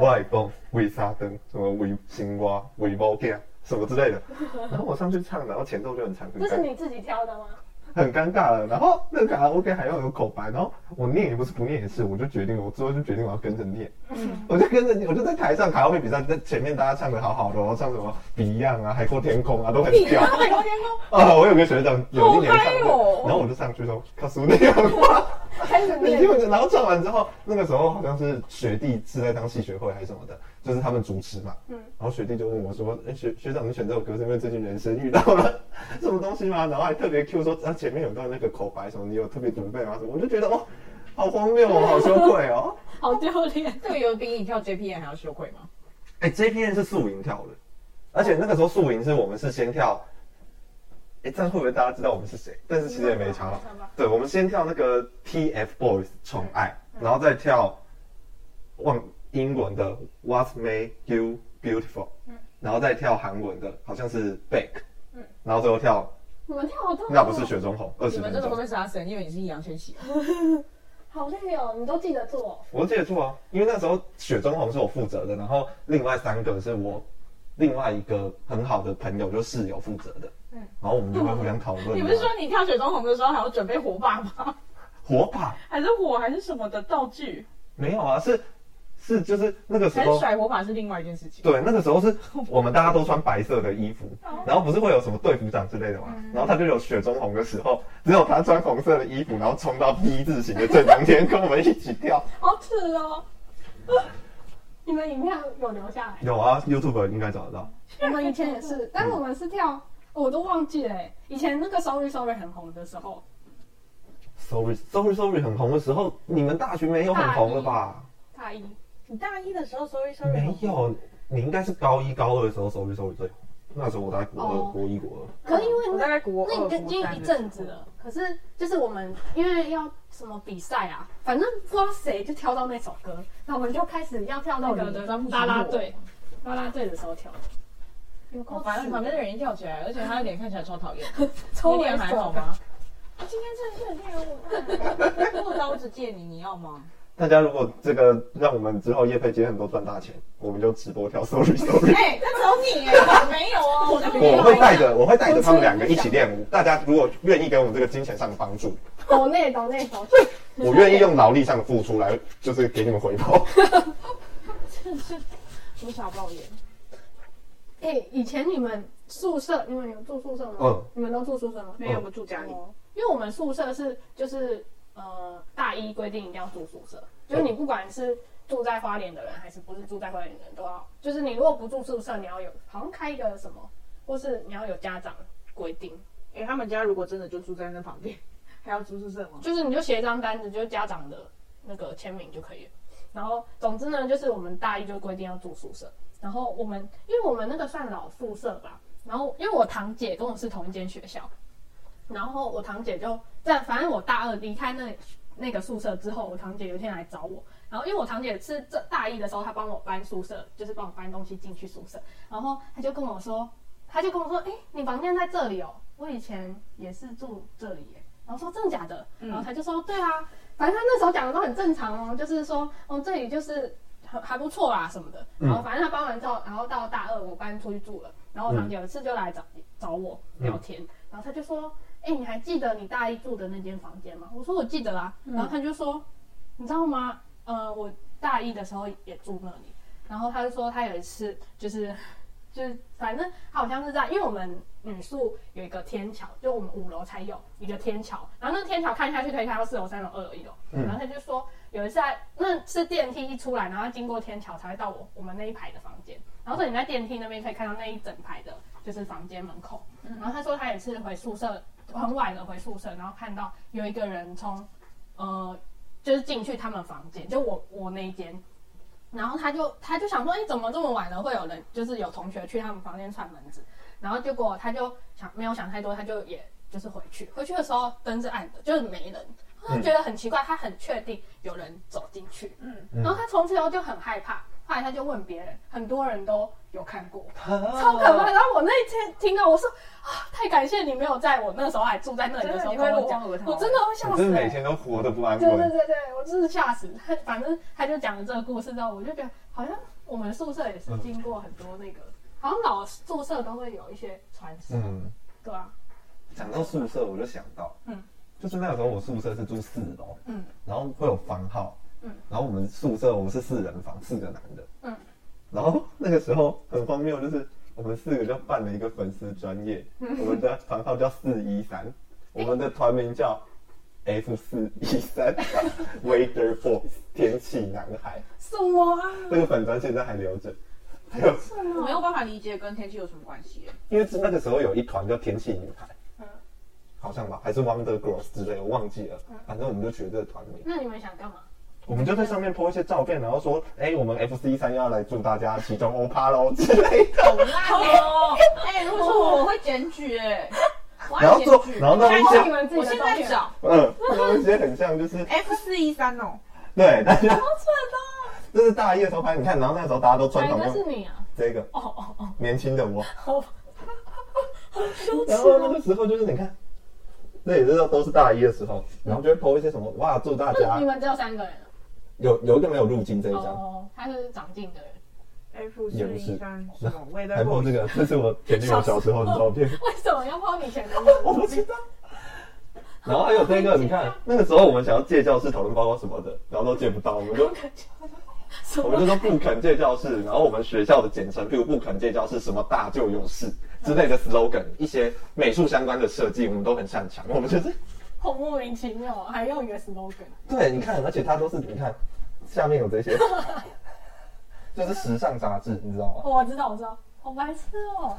S1: 我爱讲为啥灯，什么为青蛙，为猫囝，什么之类的。然后我上去唱，然后前奏就很长，很
S4: 这是
S1: 尴
S4: 你自己挑的吗？
S1: 很尴尬了。然后那个卡拉 OK 还要有口白，然后我念也不是，不念也是，我就决定，我之后就决定我要跟着念。
S3: 嗯
S1: 我就跟着念，我就在台上卡拉 OK 比赛，在前面大家唱的好好的，然后唱什么 Beyond 啊、海阔天空啊，都很屌。
S3: 海阔天空，
S1: 啊，我有个学长有一年
S3: 好
S1: 唱
S3: 嗨
S1: 的，
S3: 哦
S1: 然后我就上去说，告诉你话。
S4: 开 始
S1: 你
S4: 念
S1: 听我讲，然后唱完之后，那个时候好像是学弟是在当戏学会还是什么的，就是他们主持嘛。
S4: 嗯
S1: 然后学弟就问我说：“哎、学学长，你选这首歌是因为最近人生遇到了什么东西吗？”然后还特别 Q 说：“啊，前面有段那个口白什么，你有特别准备吗？”什么，我就觉得哦，好荒谬哦，好羞愧哦。
S4: 好丢脸。
S3: 这个有比你跳 JPN 还要羞愧吗？
S1: 哎、这片是素营跳的，而且那个时候素营是我们是先跳。哎、这样会不会大家知道我们是谁？但是其实也没差了。对，我们先跳那个 TFBOYS 宠爱，然后再跳忘英文的 What Made You Beautiful，、然后再跳韩文的，好像是 Back，、然后最后跳
S4: 你们跳好痛、哦，
S1: 那不是雪中红二
S3: 你
S1: 十
S3: 们
S1: 分
S3: 真的会不
S1: 钟，
S3: 会杀神？因为你是易烊千玺。
S4: 好累哦，你都记得做哦、
S1: 我记得住啊，因为那时候雪中红是我负责的，然后另外三个是我另外一个很好的朋友就室友负责的，
S4: 嗯
S1: 然后我们就会互相讨论啊、
S3: 你不是说你跳雪中红的时候还要准备火把吗？
S1: 火把
S3: 还是火还是什么的道具？
S1: 没有啊，是是就是那个时
S3: 还是
S1: 候，
S3: 甩火把是另外一件事情。
S1: 对，那个时候是我们大家都穿白色的衣服，
S3: 哦
S1: 然后不是会有什么队服长之类的嘛，然后他就有雪中红的时候，只有他穿红色的衣服，然后冲到 V 字形的正中间跟我们一起跳。
S2: 好耻哦！
S4: 你们影片有留下来？
S1: 有啊，YouTube 应该找得到。
S4: 我们以前也是，但是我们是跳，哦我都忘记了欸。以前那个 Sorry Sorry 很红的时候，
S1: Sorry Sorry Sorry 很红的时候，你们大学没有很红了吧？
S4: 大一
S3: 你大一的时候，sorry sorry，
S1: 没有，你应该是高一高二的时候 Sorry Sorry 最红，那时候我大概国二、
S4: 哦
S1: 国一国二。
S4: 可是因为
S3: 我
S4: 那
S3: 大概国
S4: 那
S3: 二、
S4: 已经已
S3: 国
S4: 经
S3: 三
S4: 一
S3: 的
S4: 阵
S3: 时
S4: 子
S3: 候。
S4: 了，可是就是我们因为要什么比赛啊，反正不知道谁就挑到那首歌，那我们就开始要跳那
S3: 到
S4: 个
S3: 底
S4: 的
S3: 专不
S4: 啦
S3: 专
S4: 啦
S3: 注
S4: 队，啦啦队的时候跳，有
S3: 哦，反正旁边的人一跳起来，而且他的脸看起来超讨 厌。
S4: 抽
S3: 你
S4: 脸
S3: 脸还好？吗？我今天真的是很令人我 刀子借你，你要吗？
S1: 大家如果这个让我们之后业配接很多赚大钱，我们就直播跳 Sorry Sorry。
S3: 哎，那只有你哎，我没有 哦，我就没有
S1: 我会带着，我会带着他们两个一起练舞。大家如果愿意给我们这个金钱上的帮助，
S4: 抖内抖内 抖，
S1: 我愿意用劳力上的付出来，就是给你们回报。
S3: 真的是无小抱怨。
S4: 哎、以前你们宿舍，你们有住宿舍吗？
S1: 嗯，
S4: 你们都住宿舍吗？
S3: 没有，我住家里。
S4: 哦，因为我们宿舍是就是呃大一规定一定要住宿舍，就是你不管是住在花莲的人，还是不是住在花莲的人都要，就是你如果不住宿舍，你要有好像开一个什么，或是你要有家长规定，
S3: 哎，他们家如果真的就住在那旁边，还要住宿舍吗？
S4: 就是你就写一张单子，就是家长的那个签名就可以了。然后总之呢，就是我们大一就规定要住宿舍，然后我们因为我们那个算老宿舍吧，然后因为我堂姐跟我是同一间学校，然后我堂姐就在反正我大二离开那那个宿舍之后，我堂姐有一天来找我，然后因为我堂姐是这大一的时候，她帮我搬宿舍，就是帮我搬东西进去宿舍，然后她就跟我说，她就跟我说，哎、你房间在这里哦，我以前也是住这里耶，然后说真的假的，然后她就说，对啊，反正她那时候讲的都很正常哦，就是说，哦，这里就是还还不错啦什么的，然后反正她搬完之后，然后到大二我搬出去住了，然后我堂姐有一次就来找找我聊天，然后她就说。哎、你还记得你大一住的那间房间吗？我说我记得啊，然后他就说，你知道吗？呃，我大一的时候也住那里，然后他就说他有一次就是就是反正他好像是在，因为我们女宿有一个天桥，就我们五楼才有一个天桥，然后那个天桥看下去可以看到四楼、三楼、二楼、一楼，然后他就说有一次在那是电梯一出来，然后经过天桥才会到我我们那一排的房间，然后所以你在电梯那边可以看到那一整排的就是房间门口，然后他说他也是回宿舍很晚了回宿舍，然后看到有一个人从呃就是进去他们房间，就我我那一间，然后他就他就想说，哎，怎么这么晚了会有人，就是有同学去他们房间串门子，然后结果他就想没有想太多，他就也就是回去，回去的时候灯是暗的，就是没人，
S1: 嗯
S4: 他觉得很奇怪，他很确定有人走进去，嗯，然后他从此以后就很害怕，后来他就问别人，很多人都有看过，超可怕。然后我那一天听到，我说啊，太感谢你没有在我那时候还住在那里的时候
S3: 真的你会
S4: 跟我
S3: 落
S4: 讲，
S3: 荒而逃
S4: 我真的会 笑
S1: 我
S4: 死、
S1: 真的
S4: 欸
S1: 每。天都活得不安
S4: 对对
S1: 稳。
S4: 对对，我真是吓死 他。反正他就讲了这个故事之后，我就觉得好像我们宿舍也
S1: 嗯
S4: 是经过很多那个，好像老宿舍都会有一些传说，
S1: 嗯，
S4: 对啊，
S1: 讲到宿舍，我就想到，
S4: 嗯
S1: 就是那个时候我宿舍是住四楼，
S4: 嗯
S1: 然后会有房号，
S4: 嗯
S1: 然后我们宿舍我们是四人房，四个男的，
S4: 嗯
S1: 然后那个时候很荒谬，就是我们四个就办了一个粉丝专业，
S4: 嗯
S1: 我们的房号叫四一三，我们的团名叫 F 四一三 Weather Boys 天气男孩，
S4: 什么啊？
S1: 这个粉专现在还留着。还有，
S3: 我没有办法理解跟天气有什么关 系。
S1: 因为那个时候有一团叫天气女孩，
S4: 嗯
S1: 好像吧，还是 Wonder Girls 之类，我忘记了。
S4: 嗯
S1: 反正我们就取了这个团名。
S4: 那你们想干嘛？
S1: 我们就在上面 po 一些照片，然后说，哎、我们 FC 三要来祝大家其中欧趴 喽之类的，
S3: 好烂哦！哎，如果说我我会检举哎，我
S1: 然
S3: 要
S1: 后
S3: 检
S1: 做，
S3: 举。
S1: 然后弄
S4: 看
S1: 一
S4: 过
S1: 些
S4: 你，们自己
S3: 我
S4: 的啊
S3: 现
S4: 照
S3: 在
S4: 片，
S3: 找
S1: 嗯，弄一些很像就是
S3: F 四一三哦，
S1: 对大家，这是大一的时候拍，你看，然后那时候大家都穿
S4: 哪一
S1: 同
S4: 哦个是
S1: 样
S4: 你 啊？
S1: 这个
S4: 哦哦哦，
S1: 年轻的我，
S4: 好羞耻
S1: 然后那
S4: 哦！
S1: 个时候就是你看，那也是都是大一的时候，然后就会 po 一些什么，哇，祝大
S4: 那
S1: 家
S4: 你们只有三个人啊
S1: 有有一个没有入境这一张，
S4: 哦，他是长进的人，
S3: F
S1: 也不是
S3: 413什么未
S1: 还 po 这个，这是我前女友小时候的照片，
S4: 为什么要抛你前男
S1: 我
S4: 友？
S1: 不知道，然后还有那个，你看那个时候我们想要借教室讨论报告什么的，然后都借不到，我们就我们就说不肯借教室，然后我们学校的简称，譬如不肯借教室什么大就有事之类的 slogan，一些美术相关的设计我们都很擅长，我们就是
S4: 好莫名其妙，还用一个 slogan，
S1: 对，你看，而且它都是你看下面有这 些，就是时尚杂志，你知道吗？
S4: 哦我知道我知道，好白痴哦，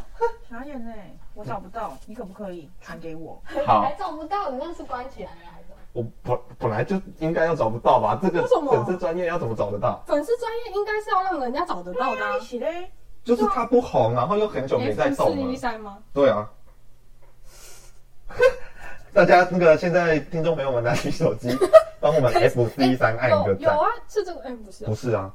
S3: 傻眼呢、我找不到，你可不可以传给我？
S1: 好
S4: 哎
S2: 还，找不到，你那是关起来了还是？
S1: 我本本来就应该要找不到吧，这个
S4: 为什么
S1: 粉丝专业要怎么找得到？
S4: 粉丝专业应该是要让人家找得到的、啊
S3: 一。起嘞，
S1: 就是它不红，然后又很久没在
S4: F
S1: 动
S4: 四
S1: 了
S4: 一。三吗？
S1: 对啊。 大家那个现在听众朋友们拿起手机，帮 我们 F C 三按一
S4: 有
S1: 个
S4: 有
S1: 赞。
S4: 啊，是这个哎、不是啊、
S1: 不是啊，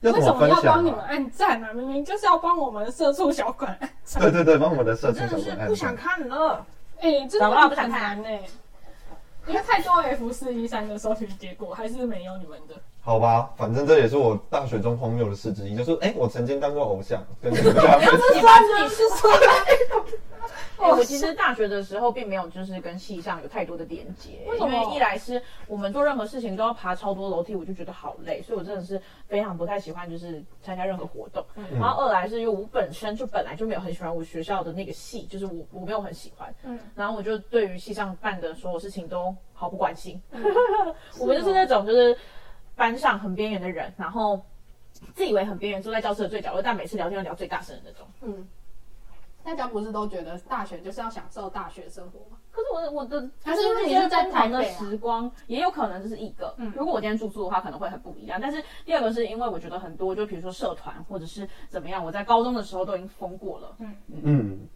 S1: 要
S4: 为
S1: 怎
S4: 什
S1: 么
S4: 么
S1: 分
S4: 要帮
S1: 享
S4: 你们
S1: 啊？
S4: 按赞啊？明明就是要帮我们社畜小馆按赞。
S1: 对对对，帮我们的社
S3: 我
S1: 畜
S3: 真
S1: 小
S3: 的
S1: 伙
S3: 是
S1: 伴
S3: 不想看了。
S4: 哎、真的很难呢、因为太多 F 四一三的搜寻结果还是没有你们的。
S1: 好吧，反正这也是我大学中荒谬的事之一，就是哎、我曾经当过偶像，跟你们大家 分享
S4: 你是 说
S3: 哎、我
S4: 哦
S3: 其实大学的时候并没有就是跟系上有太多的连接，
S4: 为什
S3: 因
S4: 么
S3: 为一来是我们做任何事情都要爬超多楼梯，我就觉得好累，所以我真的是非常不太喜欢就是参加任何活动。
S4: 嗯
S3: 然后二来是因为我本身就本来就没有很喜欢我学校的那个系，就是我我没有很喜欢，
S4: 嗯
S3: 然后我就对于系上办的所有事情都毫不关心。
S4: 哦
S3: 我们就是那种就是班上很边缘的人，然后自以为很边缘，坐在教室的最角落，但每次聊天都聊最大声的那种。
S2: 嗯，
S4: 大家不是都觉得大学就是要享受大学生活吗？
S3: 可是我的我的，
S2: 还是因为你是在
S3: 疯
S2: 台
S3: 狂
S2: 北啊
S3: 的时光，也有可能这是一个。
S4: 嗯
S3: 如果我今天住宿的话，可能会很不一样。但是第二个是因为我觉得很多，就比如说社团或者是怎么样，我在高中的时候都已经疯过了。
S1: 嗯，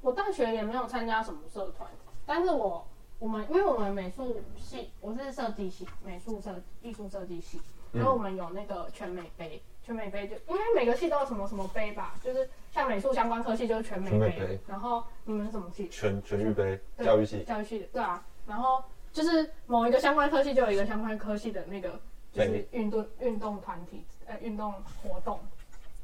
S4: 我大学也没有参加什么社团，但是我我们因为我们美术系我是设计系，美术设艺术设计系，然后我们有那个全美杯，全美杯就因为每个系都有什么什么杯吧，就是像美术相关科系就是全美
S1: 全美
S4: 杯，
S1: 杯
S4: 然后你们是什么系？
S1: 全全育杯
S4: 对
S1: 教育系
S4: 教育系的，对啊。然后就是某一个相关科系就有一个相关科系的那个，就是
S1: 对
S4: 运动运动团体呃运动活动，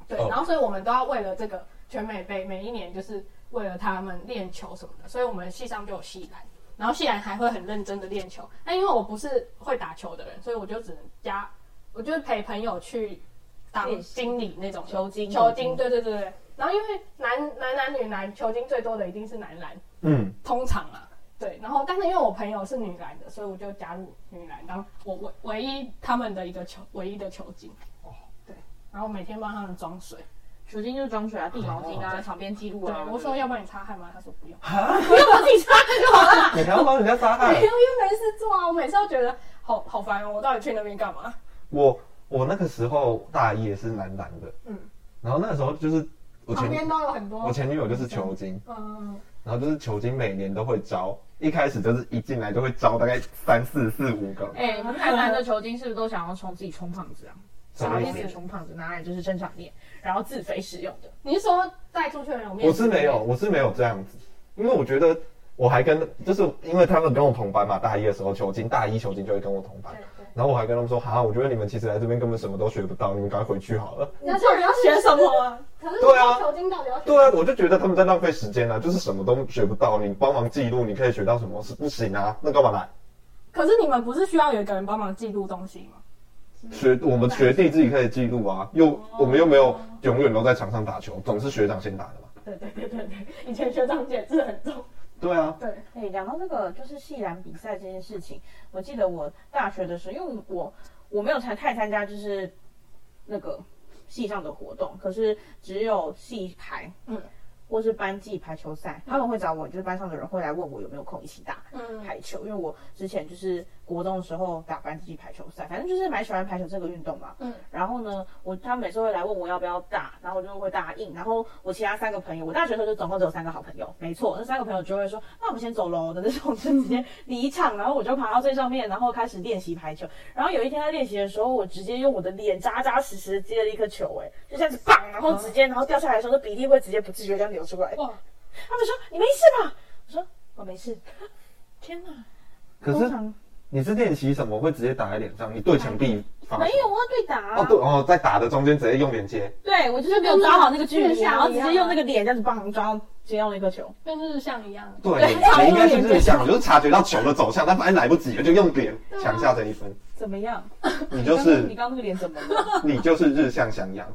S4: 对。
S1: 哦
S4: 然后所以我们都要为了这个全美杯，每一年就是为了他们练球什么的，所以我们系上就有系篮。然后系篮还会很认真的练球，但因为我不是会打球的人，所以我就只能加，我就是陪朋友去当
S3: 练习
S4: 经理那种的
S3: 球经
S4: 球
S3: 球
S4: 经，
S3: 经
S4: 对对对对。然后因为男男男女男球经最多的一定是男篮，
S1: 嗯，
S4: 通常啊，对。然后，但是因为我朋友是女篮的，所以我就加入女篮当我唯唯一他们的一个球唯一的球精。
S1: 哦
S4: 对。然后每天帮他们装水。
S3: 酒精就是装水啊，递毛巾啊，场边记录
S4: 对
S3: 啊。，
S4: 我说要帮你擦汗吗？他说不用。
S1: 你还要帮人家杀害
S4: 没有，因？为没事做啊。我每次都觉得好好烦哦，我到底去那边干嘛？
S1: 我我那个时候大一也是男篮的，嗯
S4: 嗯，
S1: 然后那时候就是我
S4: 旁边
S1: 前
S4: 都有很
S1: 我
S4: 多。
S1: 前女友就是球精，
S4: 嗯，
S1: 然后就是球精每年都会招，一开始就是一进来就会招大概三四四五个，
S3: 哎、我们台南的球精是不是都想要冲自己冲胖子啊？
S1: 什
S3: 想
S1: 么
S3: 要
S1: 意
S3: 自
S1: 思
S3: 己？冲胖子，拿来就是正常练，然后自肥使用的。
S4: 你是说带出去的人有面
S1: 我
S4: 子
S1: 是没有，，我是没有这样子，因为我觉得我还跟就是因为他们跟我同班嘛，大一的时候球精大一球精就会跟我同班
S4: 对，对
S1: 然后我还跟他们说，哈，我觉得你们其实来这边根本什么都学不到，你们赶快回去好了。
S4: 那到底要学什么啊？
S2: 可是
S1: 对啊
S2: 球精到底要
S1: 对啊，我就觉得他们在浪费时间啊，就是什么都学不到，你帮忙记录，你可以学到什么是不行啊，那干嘛来？
S4: 可是你们不是需要有一个人帮忙记录东西吗？
S3: 嗯
S1: 学我们学弟自己可以记录啊，又
S3: 哦
S1: 我们又没有永远都在场上打球，总是学长先打的嘛。
S4: 对对对对对，以前学长姐制很重。
S1: 对啊，
S4: 对，
S3: 对，讲到这个就是系篮比赛这件事情，我记得我大学的时候，因为我我没有参太参加就是那个系上的活动，可是只有系排，
S4: 嗯
S3: 嗯，或是班级排球赛，他们会找我，就是班上的人会来问我有没有空一起打
S4: 嗯，
S3: 排球，因为我之前就是国中的时候打班级排球赛，反正就是蛮喜欢排球这个运动嘛。
S4: 嗯，
S3: 然后呢，我他们每次会来问我要不要打，然后我就会答应。然后我其他三个朋友，我大学的时候就总共只有三个好朋友，没错，那三个朋友就会说，那我们先走喽的那种，就直接离场，然后我就爬到最上面，然后开始练习排球。然后有一天在练习的时候，我直接用我的脸扎扎实实接了一颗球、哎，就这样子棒，然后直接，然后掉下来的时候，那比例会直接不自觉这样流出来。
S4: 哇
S3: 他们说你没事吧？我说我没事。 天哪！
S1: 可
S3: 通
S1: 是
S3: 常
S1: 你是练习什么会直接打在脸上？你对墙壁发球
S3: 没有啊，对打啊、
S1: 哦对哦，在打的中间直接用脸接，
S3: 对对我就是没有抓好那个距
S4: 日
S3: 离，
S4: 向
S3: 然后直接用那个脸这样子棒抓接到那颗球。
S4: 跟日向一样，
S1: 对，我应该是日向，我就是察觉到球的走向，但发现来不及了，就用脸抢下这一分。
S3: 怎么样？
S1: 你就
S3: 刚刚
S1: 是
S3: 你刚刚那个脸怎么了？
S1: 你就是日向翔阳，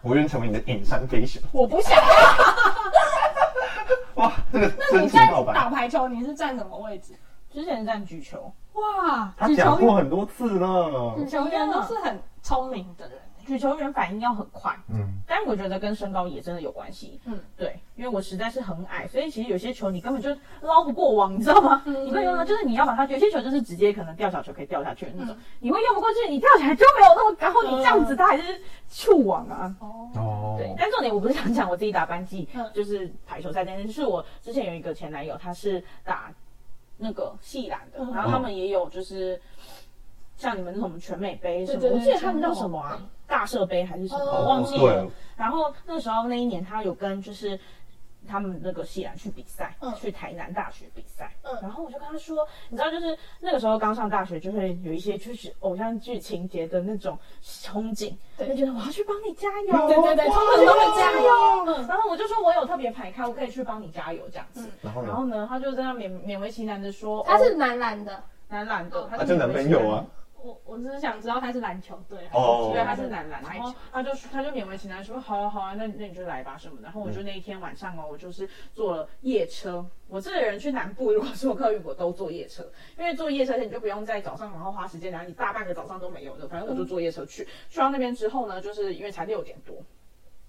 S1: 我愿成为你的隐山飞熊。
S4: 我不想。
S1: 哇，这个
S4: 那
S1: 真
S4: 你
S1: 情
S4: 在
S1: 告
S4: 打
S1: 白，
S4: 排球，你是站什么位置？
S3: 之前站举球，
S4: 哇，
S1: 他讲过很多次了。
S4: 球员都是很聪明的人。
S3: 举球员反应要很快，
S1: 嗯，
S3: 但我觉得跟身高也真的有关系。
S4: 嗯
S3: 嗯，对，因为我实在是很矮，所以其实有些球你根本就捞不过网，你知道吗？你会用到，啊就是你要把它，有些球就是直接可能吊小球可以掉下去的那种，你会用不过去，你跳起来就没有那么高，你这样子它还是触网啊。
S4: 哦，
S1: 哦
S3: 对，但重点我不是想讲我自己打班级，
S4: 嗯
S3: 就是排球赛这件事，是我之前有一个前男友，他是打那个系篮的，
S4: 嗯
S3: 然后他们也有就是像你们那种全美杯什么，
S4: 对对对
S3: 我记得他们叫什么啊？大社杯还是什么？
S4: 哦
S3: 我忘记了
S1: 对。，
S3: 然后那时候那一年，他有跟就是他们那个系篮去比赛，
S4: 嗯
S3: 去台南大学比赛。
S4: 嗯
S3: 然后我就跟他说，你知道，就是那个时候刚上大学，就会有一些就是偶像剧情节的那种憧憬，
S4: 对
S3: 就觉得我要去帮你加油，
S4: 对对对，
S3: 哇
S4: 他们都会加油。嗯
S3: 然后我就说我有特别排开，我可以去帮你加油这样子。
S1: 然后
S3: 然
S1: 呢？
S3: 后呢，他就在那勉勉为其难的说，
S4: 他
S3: 哦
S4: 是男篮的，
S3: 男篮的，
S1: 啊，
S3: 他
S1: 就男朋友啊，
S4: 我我只是想知道他是篮球队。啊
S1: 哦
S3: 对，他是男篮，
S4: 排
S3: 然
S4: 球
S3: 后他就他就勉为其难说，好啊好啊，那那你就来吧什么的。然后我就那一天晚上哦，我就是坐了夜车。我这个人去南部，如果坐客运，我都坐夜车，因为坐夜车你就不用在早上然后花时间，然后你大半个早上都没有的。反正我就坐夜车去，去到那边之后呢，就是因为才六点多。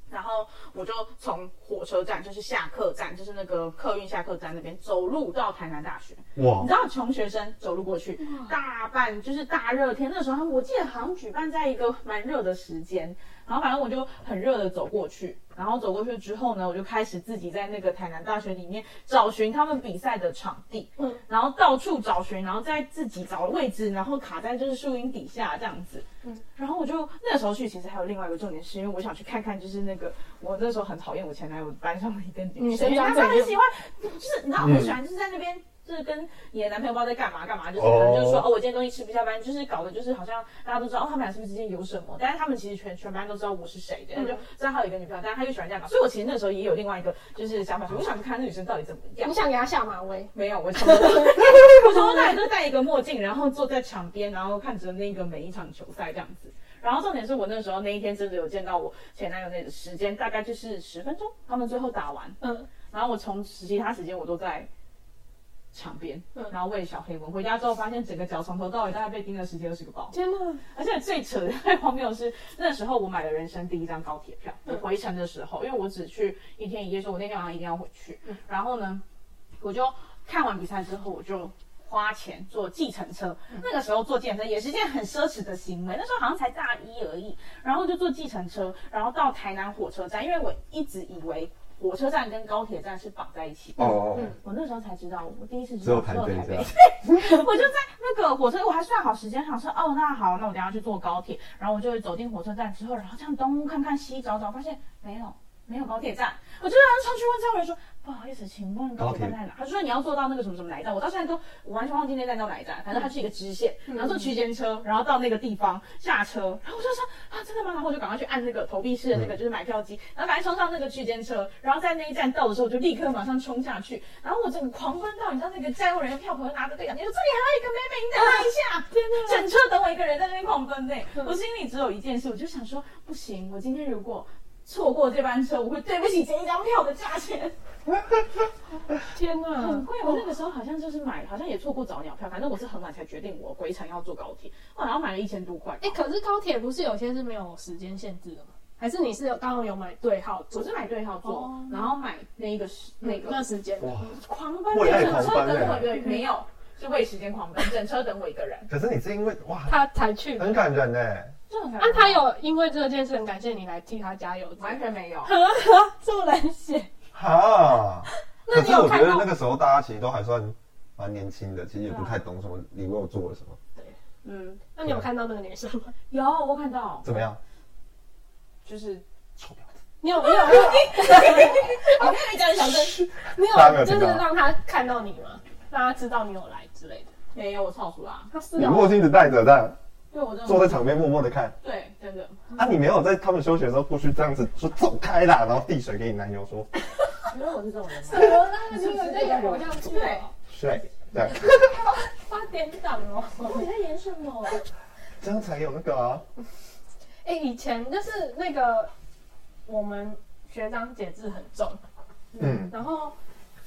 S3: 然后我就从火车站，就是下客站，就是那个客运下客站那边，走路到台南大学。
S1: 哇
S3: 你知，道穷学生走路过去，大半就是大热天，那时候我记得好像举办在一个蛮热的时间，然后反正我就很热的走过去，然后走过去之后呢，我就开始自己在那个台南大学里面找寻他们比赛的场地，
S4: 嗯
S3: 嗯，然后到处找寻，然后再自己找位置，然后卡在就是树荫底下这样子，
S4: 嗯
S3: 嗯，然后我就那时候去，其实还有另外一个重点，是因为我想去看看，就是那个我那时候很讨厌我前男友班上的一个
S4: 女
S3: 女
S4: 生
S3: 生，因为
S4: 长
S3: 她
S4: 怎样
S3: 很喜欢。就是你知道，
S1: 嗯
S3: 很喜欢就是在那边，就是跟你的男朋友不知道在干嘛干嘛，就是可能就是说
S1: 哦
S3: 哦，我今天东西吃不下班，就是搞的就是好像大家都知道哦，他们俩是不是之间有什么？但是他们其实全全班都知道我是谁的，
S4: 嗯
S3: 就知道他有一个女朋友，但是他又喜欢这样搞，所以我其实那时候也有另外一个就是想法，我想去看那女生到底怎么样
S4: 你。想给他下马 威？
S3: 没 有，我从头我从头到尾都戴一个墨镜，然后坐在场边，然后看着那个每一场球赛这样子。然后重点是我那时候那一天真的有见到我前男友那个时间，大概就是十分钟，他们最后打完，
S4: 嗯，
S3: 然后我从其他时间我都在场边，
S4: 嗯
S3: 然后喂小黑蚊。回家之后发现整个脚从头到尾大概被叮了十几二十个包，
S4: 天哪！
S3: 而且最扯的、最荒谬的是，那时候我买了人生第一张高铁票，我
S4: 嗯
S3: 回程的时候，因为我只去一天一夜，所以我那天晚上一定要回去。然后呢，我就看完比赛之后，我就。花钱坐计程车，那个时候坐计程车也是件很奢侈的行为。那时候好像才大一而已，然后就坐计程车，然后到台南火车站，因为我一直以为火车站跟高铁站是绑在一起的。
S1: 哦，
S3: 我那时候才知道，我第一次知
S1: 只有
S3: 道
S1: 台
S3: 只有
S1: 北
S3: 台
S1: 这
S3: 北
S1: 样。
S3: 我就在那个火车，我还算好时间，想说哦，那好，那我等一下去坐高铁。然后我就走进火车站之后，然后这样东看看西找找，发现没有。没有高铁站，我就让他冲去问站务员说：“不好意思，请问高铁站在哪？”他说：“你要坐到那个什么什么哪一站。”我到现在都我完全忘记那站叫哪一站，反正它是一个支线，然后坐区间车，然后到那个地方下车，然后我就说：“啊，真的吗？”然后我就赶快去按那个投币式的那个就是买票机，然后赶快冲上那个区间车，然后在那一站到的时候，我就立刻马上冲下去，然后我整个狂奔到，你知道那个站务人员票口就拿着对讲机说：“这里还有一个妹妹，你再来一下。 天哪！嗯整车等我一个人在那边狂奔呢、我心里只有一件事，我就想说，不行，我今天如果错过这班车，我会对不起这一张票的价钱，
S4: 天哪！
S3: 很 贵。我那个时候好像就是买，好像也错过早鸟票，反正我是很晚才决定我回程要坐高铁，我好像买了一千多块。
S4: 哎，可是高铁不是有些是没有时间限制的吗？还是你是有刚好有买对号座？
S3: 我是买对号座，
S4: 哦
S3: 然后买那一个是那个
S4: 那时间
S1: 哇！
S3: 狂奔，
S1: 为爱
S3: 整车
S1: 狂奔
S3: 等我
S1: 哎
S3: 一个人，没有是为时间狂 奔，整车等我一个人。
S1: 可是你是因为哇，
S4: 他才去。
S1: 很感人呢。
S3: 这种感觉
S4: 那啊他有因为这件事很感谢你来替他加油，
S3: 啊完全没有，
S4: 这么冷血。
S1: 哈，
S4: 那
S1: 可
S4: 你
S1: 是
S4: 有
S1: 我觉
S4: 看
S1: 得
S4: 到
S1: 那个时候大家其实都还算蛮年轻的，其实也不太懂什么你为我做了什么，
S3: 嗯，
S4: 那你有看到那个女生吗？
S3: 有我看到，
S1: 怎么样？
S3: 就是
S1: 臭婊子！
S4: 你有你有你有
S3: 我跟你讲小声，
S4: 你
S1: 大家没
S4: 有
S1: 有
S4: 就
S1: 听
S4: 是
S1: 到
S4: 让他看到你吗？让他知道你有来之类的。
S3: 没有我操死啦，
S4: 他是
S1: 你
S4: 哦，
S1: 墨镜子戴着这样，
S3: 对我真的
S1: 坐在场边默默的看。
S3: 对，真的
S1: 啊，你没有在他们休息的时候过去这样子说走开啦，然后递水给你男友说
S6: 因为我是这种人吗？
S4: 我那个女友在演偶像剧
S3: 对
S4: 哦，
S1: 帅，这样
S4: 八点档哦。
S6: 你在演什
S3: 哦
S6: 么？
S1: 这样才有那个啊。
S4: 哎、以前就是那个我们学长节制很重，
S1: 嗯，
S4: 然后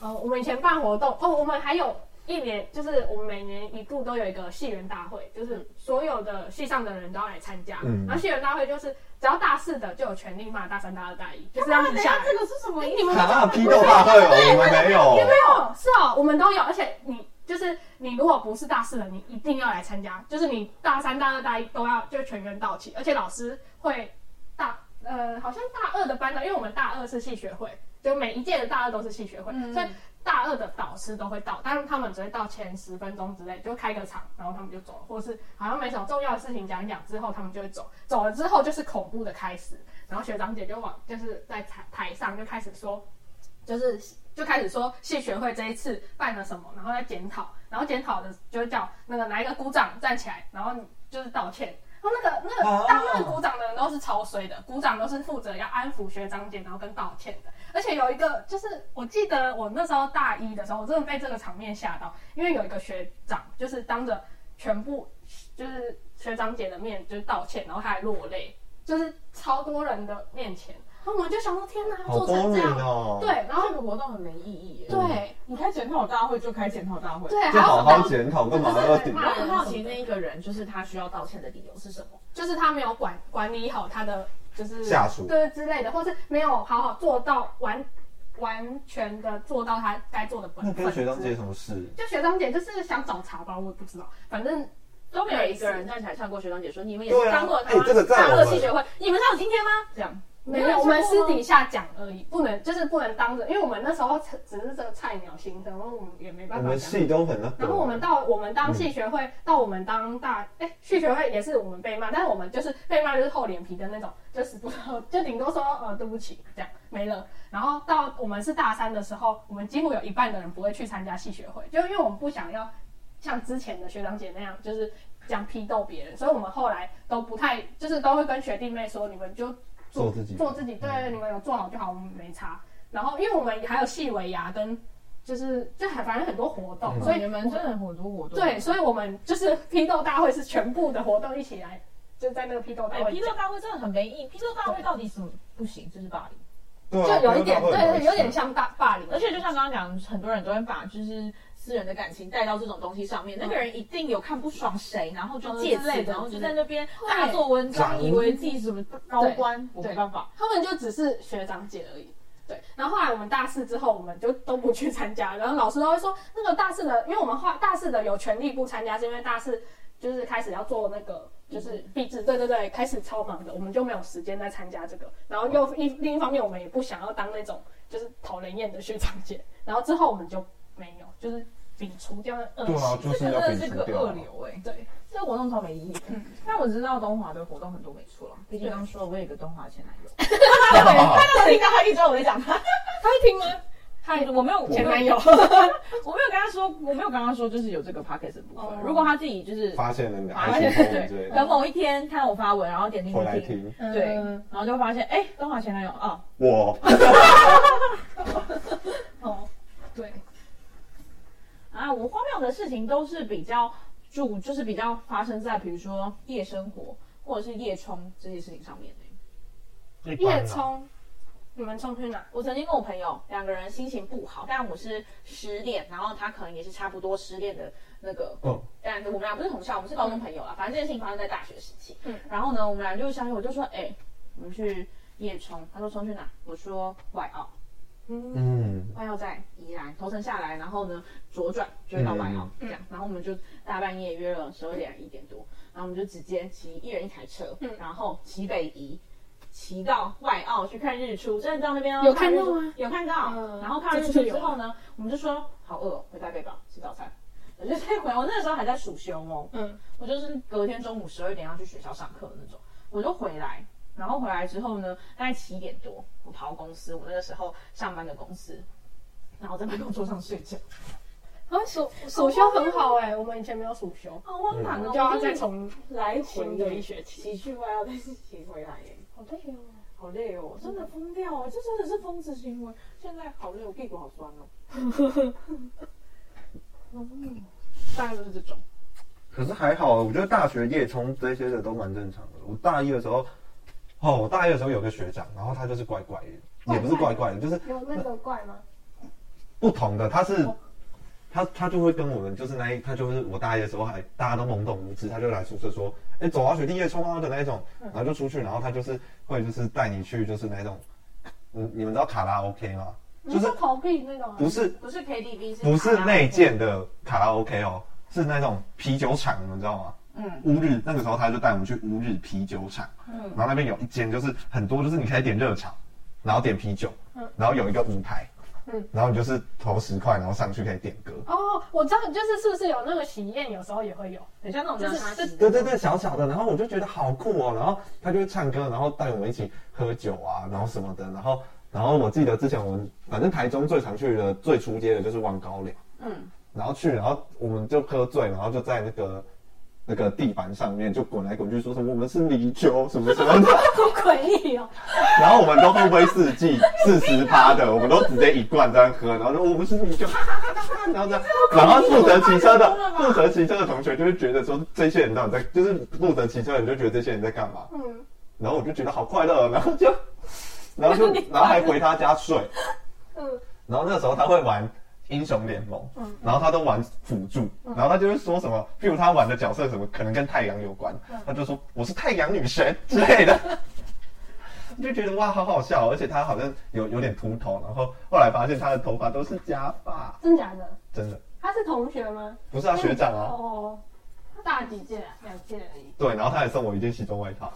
S4: 呃，我们以前办活动哦，我们还有一年，就是我们每年一度都有一个系员大会，就是所有的系上的人都要来参加。
S1: 嗯
S4: 然后系员大会就是只要大四的就有权利骂大三、大二、哎大一，就是这样
S3: 啊
S4: 子下来。
S3: 这个是什么意思？
S4: 你们
S1: 啊，批斗大会哦，我们没有
S4: 有没有？是哦，我们都有，而且你就是你，如果不是大四的，你一定要来参加，就是你大三、大二、大一都要就全员到齐，而且老师会大呃，好像大二的班长，因为我们大二是系学会，就每一届的大二都是系学会，
S3: 嗯
S4: 所以大二的导师都会到，但是他们只会到前十分钟之内，就开个场，然后他们就走了，或是好像没什么重要的事情讲一讲之后，他们就会走，走了之后就是恐怖的开始，然后学长姐就往就是在台台上就开始说，就是就开始说系学会这一次办了什么，然后再检讨，然后检讨的就叫那个哪一个鼓掌站起来，然后你就是道歉。然后那个那
S1: 哦
S4: 个当那个鼓掌的人都是超衰的，鼓掌都是负责要安抚学长姐，然后跟道歉的。而且有一个就是我记得我那时候大一的时候，我真的被这个场面吓到，因为有一个学长就是当着全部就是学长姐的面就是道歉，然后他还落泪，就是超多人的面前，然后我们就想说天哪，
S1: 好
S4: 做成这
S1: boring
S4: 样，
S1: 哦。
S4: 对，然
S6: 然后
S4: 后
S6: 这个活动很没意义耶。
S4: 对
S3: 你开检讨大会就开检讨大会，
S4: 对，还
S1: 就
S4: 有
S1: 好
S4: 什么
S1: 好检讨，干嘛
S4: 就是
S1: 要顶？
S4: 骂
S6: 我
S4: 人
S6: 很好奇那一个人，就是他需要道歉的理由是什么？
S4: 就是他没有管管理好他的就是
S1: 下属
S4: 对之类的，或是没有好好做到完完全的做到他该做的本
S1: 那
S4: 分。
S1: 跟学长姐有什么事？
S4: 就学长姐就是想找茬吧，我也不知道，反正
S6: 都没有一个人站起来唱过学长姐说你们也
S1: 对
S6: 是
S1: 啊
S6: 当过
S1: 哎这个在
S6: 大
S1: 我
S6: 二
S1: 们
S6: 系学会，你们才有今天吗？这样
S4: 没
S6: 没有
S4: 有，我们
S6: 做
S4: 私
S6: 过吗
S4: 底下讲而已，不能就是不能当着，因为我们那时候只只是这个菜鸟新生，然后我们也没
S1: 我
S4: 办法
S1: 们
S4: 讲。
S1: 系都很那个。
S4: 啊然后我们到我们
S1: 嗯
S4: 当系学会，到我们当大哎系学会也是我们被骂，但是我们就是被骂就是厚脸皮的那种，就是不知道就顶多说呃对不起这样没了。然后到我们是大三的时候，我们几乎有一半的人不会去参加系学会，就因为我们不想要像之前的学长姐那样，就是这样批斗别人，所以我们后来都不太，就是都会跟学弟妹说，你们就
S1: 做自己
S4: 做自己，对，
S1: 嗯
S4: 你们有做好就好，我们没差。然后，因为我们还有细尾牙跟就是就还反正很多活动，
S1: 嗯
S4: 所以
S3: 你们真的很多活动。
S4: 对，所以我们就是批斗大会是全部的活动一起来，就在那个批斗大
S3: 哎，
S4: 会
S3: 批
S4: 讲。
S3: 斗大会真的很没意义，批斗大会到底什么不行？这是霸凌。
S1: 对啊
S4: 就有一点，
S1: 不
S4: 对
S1: 知道会
S4: 对，
S1: 什
S4: 有
S1: 么
S4: 点
S1: 事
S4: 像大霸凌，
S3: 而且就像刚刚讲，很多人都会把就是私人的感情带到这种东西上面，那个人一定有看不爽谁，然后就借
S4: 嗯
S3: 此
S4: 之类，的
S3: 然后就在那边大做文章，
S1: 对
S3: 以为自己什么高官，我
S4: 对
S3: 没办法。
S4: 他们就只是学长姐而已。对，然后后来我们大四之后，我们就都不去参加，然后老师都会说，那个大四的，因为我们画大四的有权利不参加，是因为大四就是开始要做那个就是毕制，对对对，开始超忙的，我们就没有时间再参加这个。然后又一另一方面，我们也不想要当那种就是讨人厌的学长姐，然后之后我们就没有，就是摒除掉那恶
S1: 对啊，
S4: 习。
S1: 就
S3: 这
S1: 是
S3: 个
S1: 要摒
S3: 真的是
S1: 除
S3: 个
S1: 掉
S3: 恶
S1: 啊。
S3: 流哎，
S4: 对，
S3: 这个活动超没意义。但我知道东华的活动很多没错了，毕竟刚说我有一个东华前男友，他听到他一直知道我在讲他，
S4: 他会听吗？
S3: 他我没有
S4: 前男友，
S1: 啊
S3: 我没有跟他说，我没有跟他说，就是有这个 podcast 的部分。
S4: 哦
S3: 如果他自己就是
S1: 发现了你的
S3: 发
S1: 爱
S3: 现
S1: 情公文之
S3: 对
S1: 类，
S3: 等
S1: 的，
S3: 某一天看到我发文，然后点进
S1: 回来
S3: 去听，
S1: 听
S3: 对，然后就发现，哎，东华前男友啊，
S1: 我
S4: 哦，对，
S3: 啊，我荒谬的事情都是比较注，就是比较发生在比如说夜生活或者是夜冲这些事情上面的。
S4: 夜冲，你们冲去哪？
S3: 我曾经跟我朋友两个人心情不好，但我是失恋，然后他可能也是差不多失恋的那个，
S1: 嗯
S3: 但我们俩不是同校，我们是高中朋友啦。反正这件事情发生在大学时期，
S4: 嗯
S3: 然后呢，我们俩就相信，我就说，哎、我们去夜冲，他说冲去哪？我说外澳，
S4: 嗯，
S1: 嗯，
S3: 外澳在宜兰，头城下来，然后呢左转就会到外澳、
S4: 嗯
S3: 这样，然后我们就大半夜约了十二点一点多，然后我们就直接骑一人一台车，
S4: 嗯
S3: 然后骑北宜。骑到外澳去看日出，真的到那边哦
S4: 有看到
S3: 日出
S4: 吗
S3: 有看到。
S4: 嗯
S3: 然后看到日
S4: 这
S3: 出
S4: 次有
S3: 之后呢，我们就说好饿、哦，回台北吧，吃早餐。我就再回，我那个时候还在暑修哦，
S4: 嗯，
S3: 我就是隔天中午十二点要去学校上课的那种，我就回来，然后回来之后呢，大概七点多，我跑到公司，我那个时候上班的公司，然后在办公桌上睡觉，
S4: 然后暑暑休很啊好哎、我们以前没有暑休，
S6: 好荒
S1: 嗯
S6: 唐哦！
S4: 我们就要再从
S6: 来
S4: 新
S6: 回
S4: 的
S6: 的
S4: 一
S6: 一
S4: 学期，
S6: 洗去外要再洗回来耶，
S4: 好累哦。
S6: 好累哦，真的疯掉
S3: 啊
S6: 哦，这真的是疯子行为。现在好累，我屁股好酸哦。
S4: 大概就是这种，
S1: 可是还好，我觉得大学夜冲这些的都蛮正常的。我大一的时候，哦，我大一的时候有个学长，然后他就是怪怪的，也不是怪怪的，就是
S4: 有那个怪吗？
S1: 不同的，他是。他他就会跟我们，就是那一，他就是我大一的时候还大家都懵懂无知，他就来宿舍说，哎、走啊，学弟夜冲啊的那一种，然后就出去，然后他就是会就是带你去就是那种，你你们知道卡拉 OK 吗？就
S4: 你
S1: 是
S4: 说投币那种吗？啊
S1: 不是
S6: 不是 KTV，
S1: 不是内建的卡拉 OK 哦，是那种啤酒厂，你们知道吗？
S3: 嗯，
S1: 乌日那个时候他就带我们去乌日啤酒厂，嗯，然后那边有一间就是很多就是你可以点热炒，然后点啤酒，嗯，然后有一个舞台，嗯
S4: 嗯，
S1: 然后你就是投十块，然后上去可以点歌，
S4: 哦，我知道，就是是不是有那个喜宴，有时候也会有，
S6: 很像那种就是
S4: 就是
S1: 对对对，小小的，然后我就觉得好酷哦，然后他就会唱歌，然后带我们一起喝酒啊，然后什么的，然后然后我记得之前我们反正台中最常去的呃最出街的就是望高寮，
S3: 嗯，
S1: 然后去，然后我们就喝醉，然后就在那个那个地板上面就滚来滚去，说什么我们是泥鳅什么什么的，
S4: 好诡异哦。
S1: 然后我们都喝威士忌四十趴的，我们都直接一罐这样喝，然后说我们是泥鳅，哈哈哈哈， 然后这样，然后负责骑车的负责骑车的同学就会觉得说这些人到底在，就是负责骑车的人就觉得这些人在干嘛，
S4: 嗯，
S1: 然后我就觉得好快 乐，然后就然后就然后还回他家睡，
S4: 嗯
S1: 然后那时候他会玩英雄联盟，然后他都玩辅助，然后他就会说什么，譬如他玩的角色什么可能跟太阳有关，他就说我是太阳女神之类的， 你就觉得哇好好笑哦，而且他好像有有点秃头，然后后来发现他的头发都是假发，
S4: 真假的？
S1: 真的
S4: 他是同学吗？
S1: 不是他学长啊，
S4: 哦，他大几届啊？两届而已。
S1: 对，然后他还送我一件西装外套，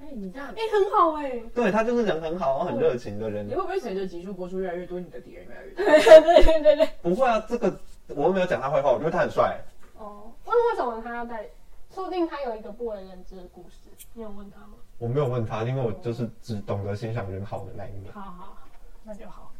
S3: 哎，你这样，
S4: 哎、很好哎、
S1: 对他就是人很好，很热情的人
S3: 你，会不会随着集数播出越来越多，你的敌人越来越
S4: 哎
S3: 多？
S4: 对对对对。
S1: 不会啊，这个我又没有讲他坏话，我觉得他很帅，
S4: 哦，那为什么他要带？说不定他有一个不为人知的故事，你有问他吗？
S1: 我没有问他，因为我就是只懂得欣赏人好的那一面。
S4: 好好，那就好。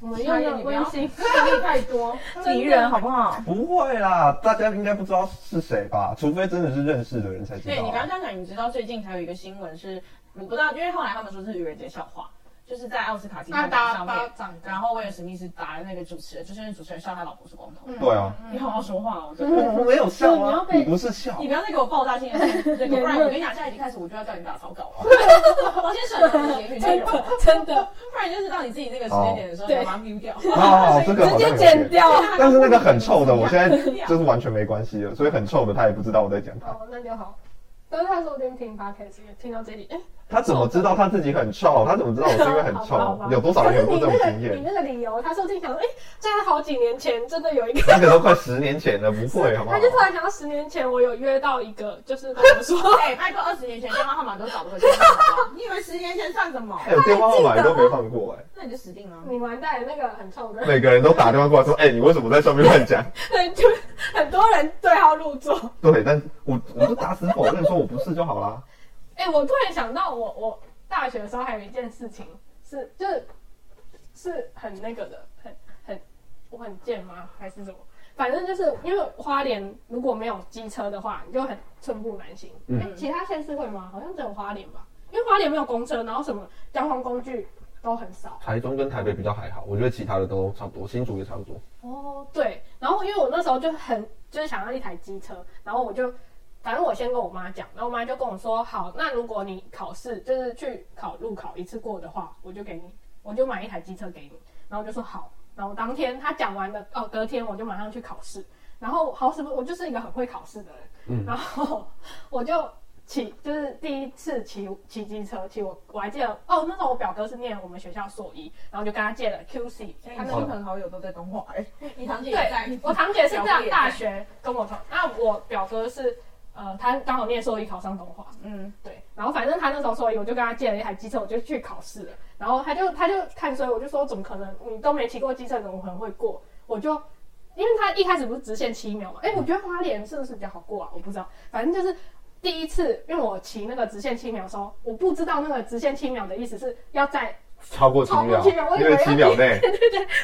S4: 我们
S3: 用
S4: 用
S3: 的
S4: 的
S3: 温
S4: 温馨，压力 太多。
S3: 敌人好不好？
S1: 不会啦，大家应该不知道是谁吧？除非真的是认识的人才知道、啊
S3: 对你刚刚这样讲，你知道最近才有一个新闻是，我不知道，因为后来他们说是愚人节笑话，就是在奥斯卡金
S2: 他
S3: 像奖
S2: 啊打
S3: 上
S2: 巴
S3: 面，
S2: 掌
S3: 然
S2: 的，
S3: 后威尔史密斯打那个主持人，就是因为主持人笑他老婆是光头。
S1: 对啊，
S3: 你好好说话哦，
S4: 嗯
S3: 真的
S1: 我没有笑
S4: 你要
S1: 啊，
S4: 被
S1: 你不是笑
S3: 你，不要再给我爆炸性的那个，不然我跟你讲，下一集开始我就要叫你打草稿了。王先生，你的节目内容，
S4: 真的，
S3: 不然你就知道你自己那个时
S1: 啊
S3: 间点的时
S4: 哦
S3: 候，你要把它 mute 掉。
S1: 哦，这个好像有点。
S4: 掉。
S1: 但是那个很臭的，我现 在就是完全没关系了，所以很臭的他也不知道我在讲他。
S4: 哦，那就好。但是他说不定听 podcast 也听到这里，哎、
S1: 他怎么知道他自己很臭？他怎么知道我是因为哦 很臭？有多少人有过这种经
S4: 你
S1: 验？
S4: 那个理由，他说不定想说，哎、在好几年前真的有一个
S1: 那个都快十年前了，不会好不好
S4: 他？就突然想到十年前我有约到一个，就是怎么说，
S6: 哎，拜托，二十年前电话号码都找不回去，好不好你以为十年前算什么？
S1: 哎，我电话号码都没换过哎，
S6: 那你就死定了。
S4: 你完蛋了那个很臭的，
S1: 每个人都打电话过来说，哎，你为什么在上面乱讲？
S4: 对，就很多人对号入座。
S1: 对，但我我就打死否认说我不是就好啦。
S4: 哎、我突然想到我，我大学的时候还有一件事情是，就是是很那个的，很很我很贱吗？还是什么？反正就是因为花莲如果没有机车的话，你就很寸步难行。
S1: 嗯
S4: 哎其他县市会吗？好像只有花莲吧，因为花莲没有公车，然后什么交通工具都很少。
S1: 台中跟台北比较还好，我觉得其他的都差不多，新竹也差不多。
S4: 哦，对，然后因为我那时候就很就是想要一台机车，然后我就反正我先跟我妈讲，然后我妈就跟我说，好，那如果你考试就是去考路考一次过的话，我就给你，我就买一台机车给你，然后我就说好，然后当天她讲完的，哦，隔天我就马上去考试，然后好死不，我就是一个很会考试的人，
S1: 嗯
S4: 然后我就。骑就是第一次骑骑机车，骑我我还记得哦，那时候我表哥是念我们学校硕一，然后就跟他借了 QC，他那
S1: 好
S3: 亲朋好友都在东华，哎，
S6: 你堂姐也在
S4: 对，，我堂姐是这样，大学跟我同，那我表哥是呃，他刚好念硕一考上东华，
S3: 嗯，
S4: 对，然后反正他那时候硕一，我就跟他借了一台机车，我就去考试了，然后他就他就看衰，我就说怎么可能，你都没骑过机车，怎么可能会过？我就。因为他一开始不是直线七秒嘛，哎、我觉得花莲是不是比较好过啊？我不知道，反正就是第一次，因为我骑那个直线七秒的时候，我不知道那个直线七秒的意思是要在
S1: 超过七
S4: 超过
S1: 秒
S4: 七秒，我以
S1: 因
S4: 为
S1: 为七秒 内，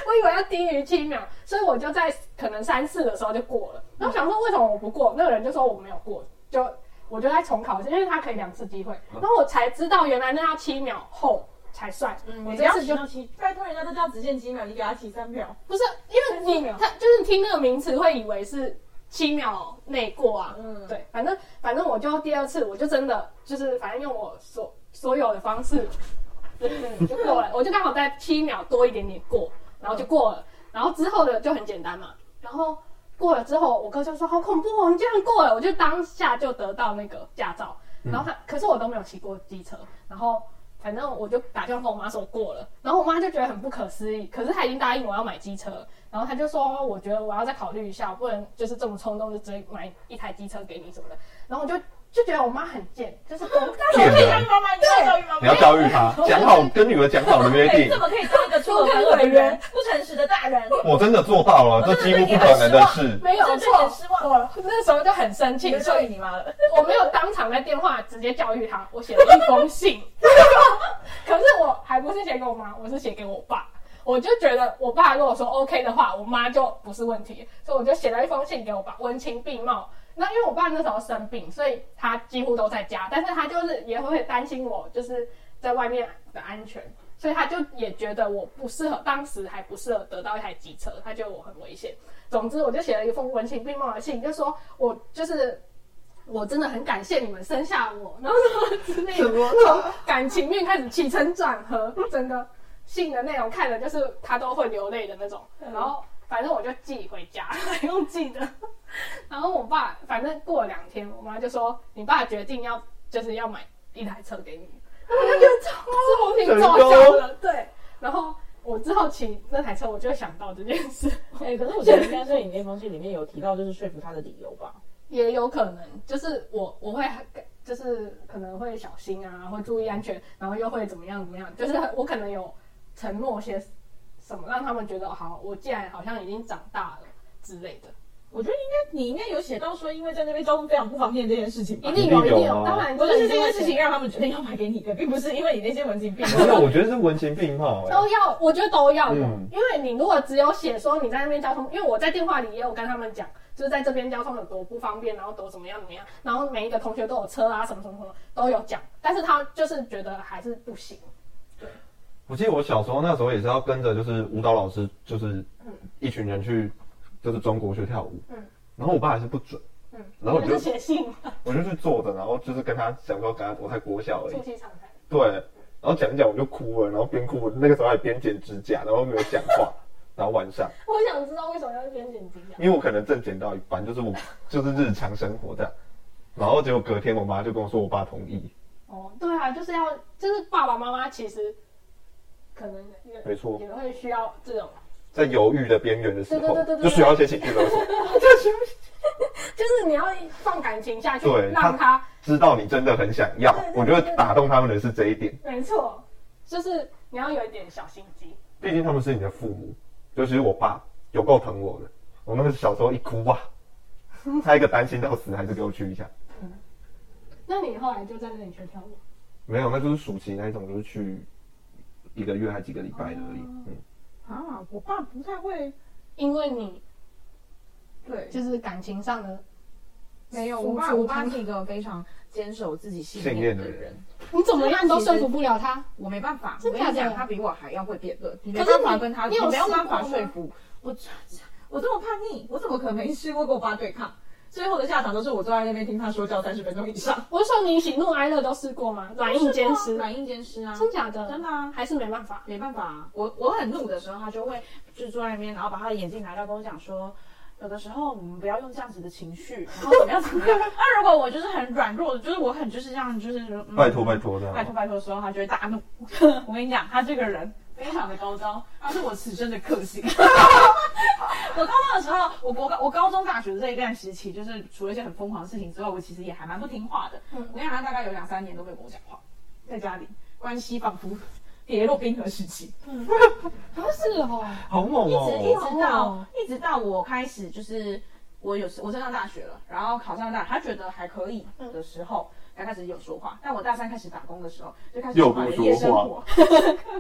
S4: 我以为要低于七秒，所以我就在可能三次的时候就过了。然后想说为什么我不过？那个人就说我没有过，就我就再重考一次，因为他可以两次机会。然后我才知道原来那要七秒后才算。
S3: 嗯
S4: 我
S3: 你
S4: 这
S3: 要
S4: 次就
S3: 要七，
S6: 拜托人家都叫只见几秒，你给他起三秒，
S4: 不是因为
S6: 三十
S4: 你
S6: 秒
S4: 他就是听那个名词会以为是七秒内过啊。
S6: 嗯，
S4: 对，反正反正我就第二次，我就真的就是反正用我所所有的方式，就是就过了，我就刚好在七秒多一点点过，然后就过了，然后之后的就很简单嘛，然后过了之后，我哥就说好恐怖哦，你竟然过了，我就当下就得到那个驾照，然后他、可是我都没有骑过机车，然后。反正我就打电话跟我妈说我过了，然后我妈就觉得很不可思议，可是她已经答应我要买机车了，然后她就说哦我觉得我要再考虑一下，我不能就是这么冲动就直接买一台机车给你什么的，然后我就就觉得我妈很贱，就是公
S1: 骗
S6: 可以
S1: 人
S6: 当！妈妈，你要教育妈
S1: 你要
S6: 妈。
S1: 教育他，讲好跟女儿讲好的约
S6: 对，
S1: 定
S6: 这，么可以当一个出口不恶的人，不诚实的大人，
S1: 我真的做到了，这几乎不可能的事。
S4: 没有
S6: 真的
S4: 错
S6: 很，失望。
S4: 我那时候就很生
S6: 你
S4: 气，
S6: 就
S4: 所
S6: 教育
S4: 以
S6: 你妈了，
S4: 我没有当场在电话直接教育她，我写了一封信，可是我还不是写给我妈，我是写给我爸。我就觉得我爸如果说 OK 的话，我妈就不是问题，所以我就写了一封信给我爸，文情并茂。那因为我爸那时候生病，所以他几乎都在家，但是他就是也会担心我就是在外面的安全，所以他就也觉得我不适合，当时还不适合得到一台机车，他觉得我很危险。总之，我就写了一封文情并茂的信，就说我就是我真的很感谢你们生下我，然后什么之类的，从感情面开始起承转合，整个信的内容看了就是他都会流泪的那种。然后反正我就寄回家， 还用寄的。然后我爸反正过了两天，我妈就说你爸决定要就是要买一台车给你，我就觉得超超挺
S1: 成功
S4: 搞笑的，对。然后我之后骑那台车，我就会想到这件事。
S3: 哎、可是我觉得应该是你那封信里面有提到，就是说服他的理由吧。
S4: 也有可能，就是我我会很就是可能会小心啊，会注意安全，然后又会怎么样怎么样，就是我可能有承诺些什么，让他们觉得好，我既然好像已经长大了之类的，
S3: 我觉得应该你应该有写到说，因为在那边交通非常不方便这件事情吧
S4: 一。定有，
S1: 一定
S4: 一
S1: 有
S4: 定
S1: 啊
S4: 有，当然
S3: 我就是这件
S4: 件
S3: 事情让他们决定要买给你的，并不是因为你那些文情并
S1: 没有，
S3: 茂。
S1: 我觉得是文情并茂、哎
S4: 都要，我觉得都要有，
S1: 嗯
S4: 因为你如果只有写说你在那边交通，因为我在电话里也有跟他们讲，就是在这边交通有多不方便，然后多怎么样怎么样，然后每一个同学都有车啊，什么什么什么都有讲，但是他就是觉得还是不行，
S1: 我记得我小时候那时候也是要跟着就是舞蹈老师，就是一群人去就是中国去跳舞，
S4: 嗯
S1: 然后我爸还是不准，
S4: 嗯
S1: 然后我
S4: 就
S1: 就是
S4: 写信
S1: 我就去坐着，然后就是跟他想说跟他我才国小而已
S4: 促，膝长谈。
S1: 对，然后讲一讲我就哭了，然后边哭那个时候还边剪指甲，然后没有讲话， 然后晚上
S4: 我想知道为什么要先剪啊指甲。
S1: 因为我可能正剪到一半，就是我就是日常生活这样，然后结果隔天我妈就跟我说我爸同意，
S4: 哦，对啊，就是要，就是爸爸妈妈其实可能也
S1: 没错，
S4: 也会需要这种，
S1: 在犹豫的边缘的时候
S4: 对对对对对
S1: 就需要一些情绪勒索，
S4: 就是你要放感情下去，
S1: 对
S4: 让他
S1: 知道你真的很想要
S4: 对对，对
S1: 我觉得打动他们的是这一点。
S4: 没错，就是你要有一点小心机。
S1: 毕竟他们是你的父母，尤其是我爸，有够疼我的。我那个小时候一哭哇，他一个担心到死，还是给我去一下。
S4: 那你后来就在那里学跳舞？
S1: 没有，那就是暑期那一种，就是去一个月还几个礼拜的而已。
S4: 哦
S1: 嗯，
S3: 啊，我爸不太会，
S4: 因为你
S3: 对，
S4: 就是感情上的没有
S3: 我
S4: 无
S3: 爸，
S4: 处
S3: 我爸
S4: 他，
S3: 是一个非常坚守自己信
S1: 信
S3: 念
S1: 念
S3: 的
S1: 的
S3: 人
S1: 人，
S4: 你怎么样都说服不了他。
S3: 我没办法。我
S4: 真
S3: 跟
S4: 的
S3: 你
S4: 假的
S3: 讲，他比我还要会辩论，你没
S4: 可是
S3: 办
S4: 你
S3: 法跟他，
S4: 你有
S3: 没有
S4: 试
S3: 办法
S4: 过吗
S3: 说服我。我这么叛逆，我怎么可能没试过跟我爸对抗？最后的下场都是我坐在那边听他说教三十分钟以上，
S4: 我是说你喜怒哀乐都试过吗？软硬兼 施，
S3: 软硬兼施啊，
S4: 真假的？
S3: 真的啊。
S4: 还是没办法。
S3: 没办法、啊，我我很怒的时候，他就会就坐在那边，然后把他的眼镜拿掉，跟我讲说，有的时候我们不要用这样子的情绪，然后怎么样怎么样。 那如果我就是很软弱，就是我很就是这样，就是、嗯
S1: 拜托拜托这
S3: 拜
S1: 样。
S3: 托拜托的时候，他就会大怒。我跟你讲，他这个人非常的高招，他是我此生的克星。 我高中的时候，我国高我高中大学的这一段时期，就是除了一些很疯狂的事情之外，我其实也还蛮不听话的。
S4: 嗯
S3: 我跟你讲，他大概有两三年都没有跟我讲话，在家里关系仿佛 跌落冰河时期，
S4: 不是哦，
S1: 好猛
S3: 一直一
S1: 哦！
S3: 直到、一直到我开始就是。我有我升上大学了，然后考上大，他觉得还可以
S4: 嗯
S3: 的时候，才开始有说话。但我大三开始打工的时候，就开始
S7: 又
S3: 把
S7: 不
S3: 夜生
S7: 说
S3: 活，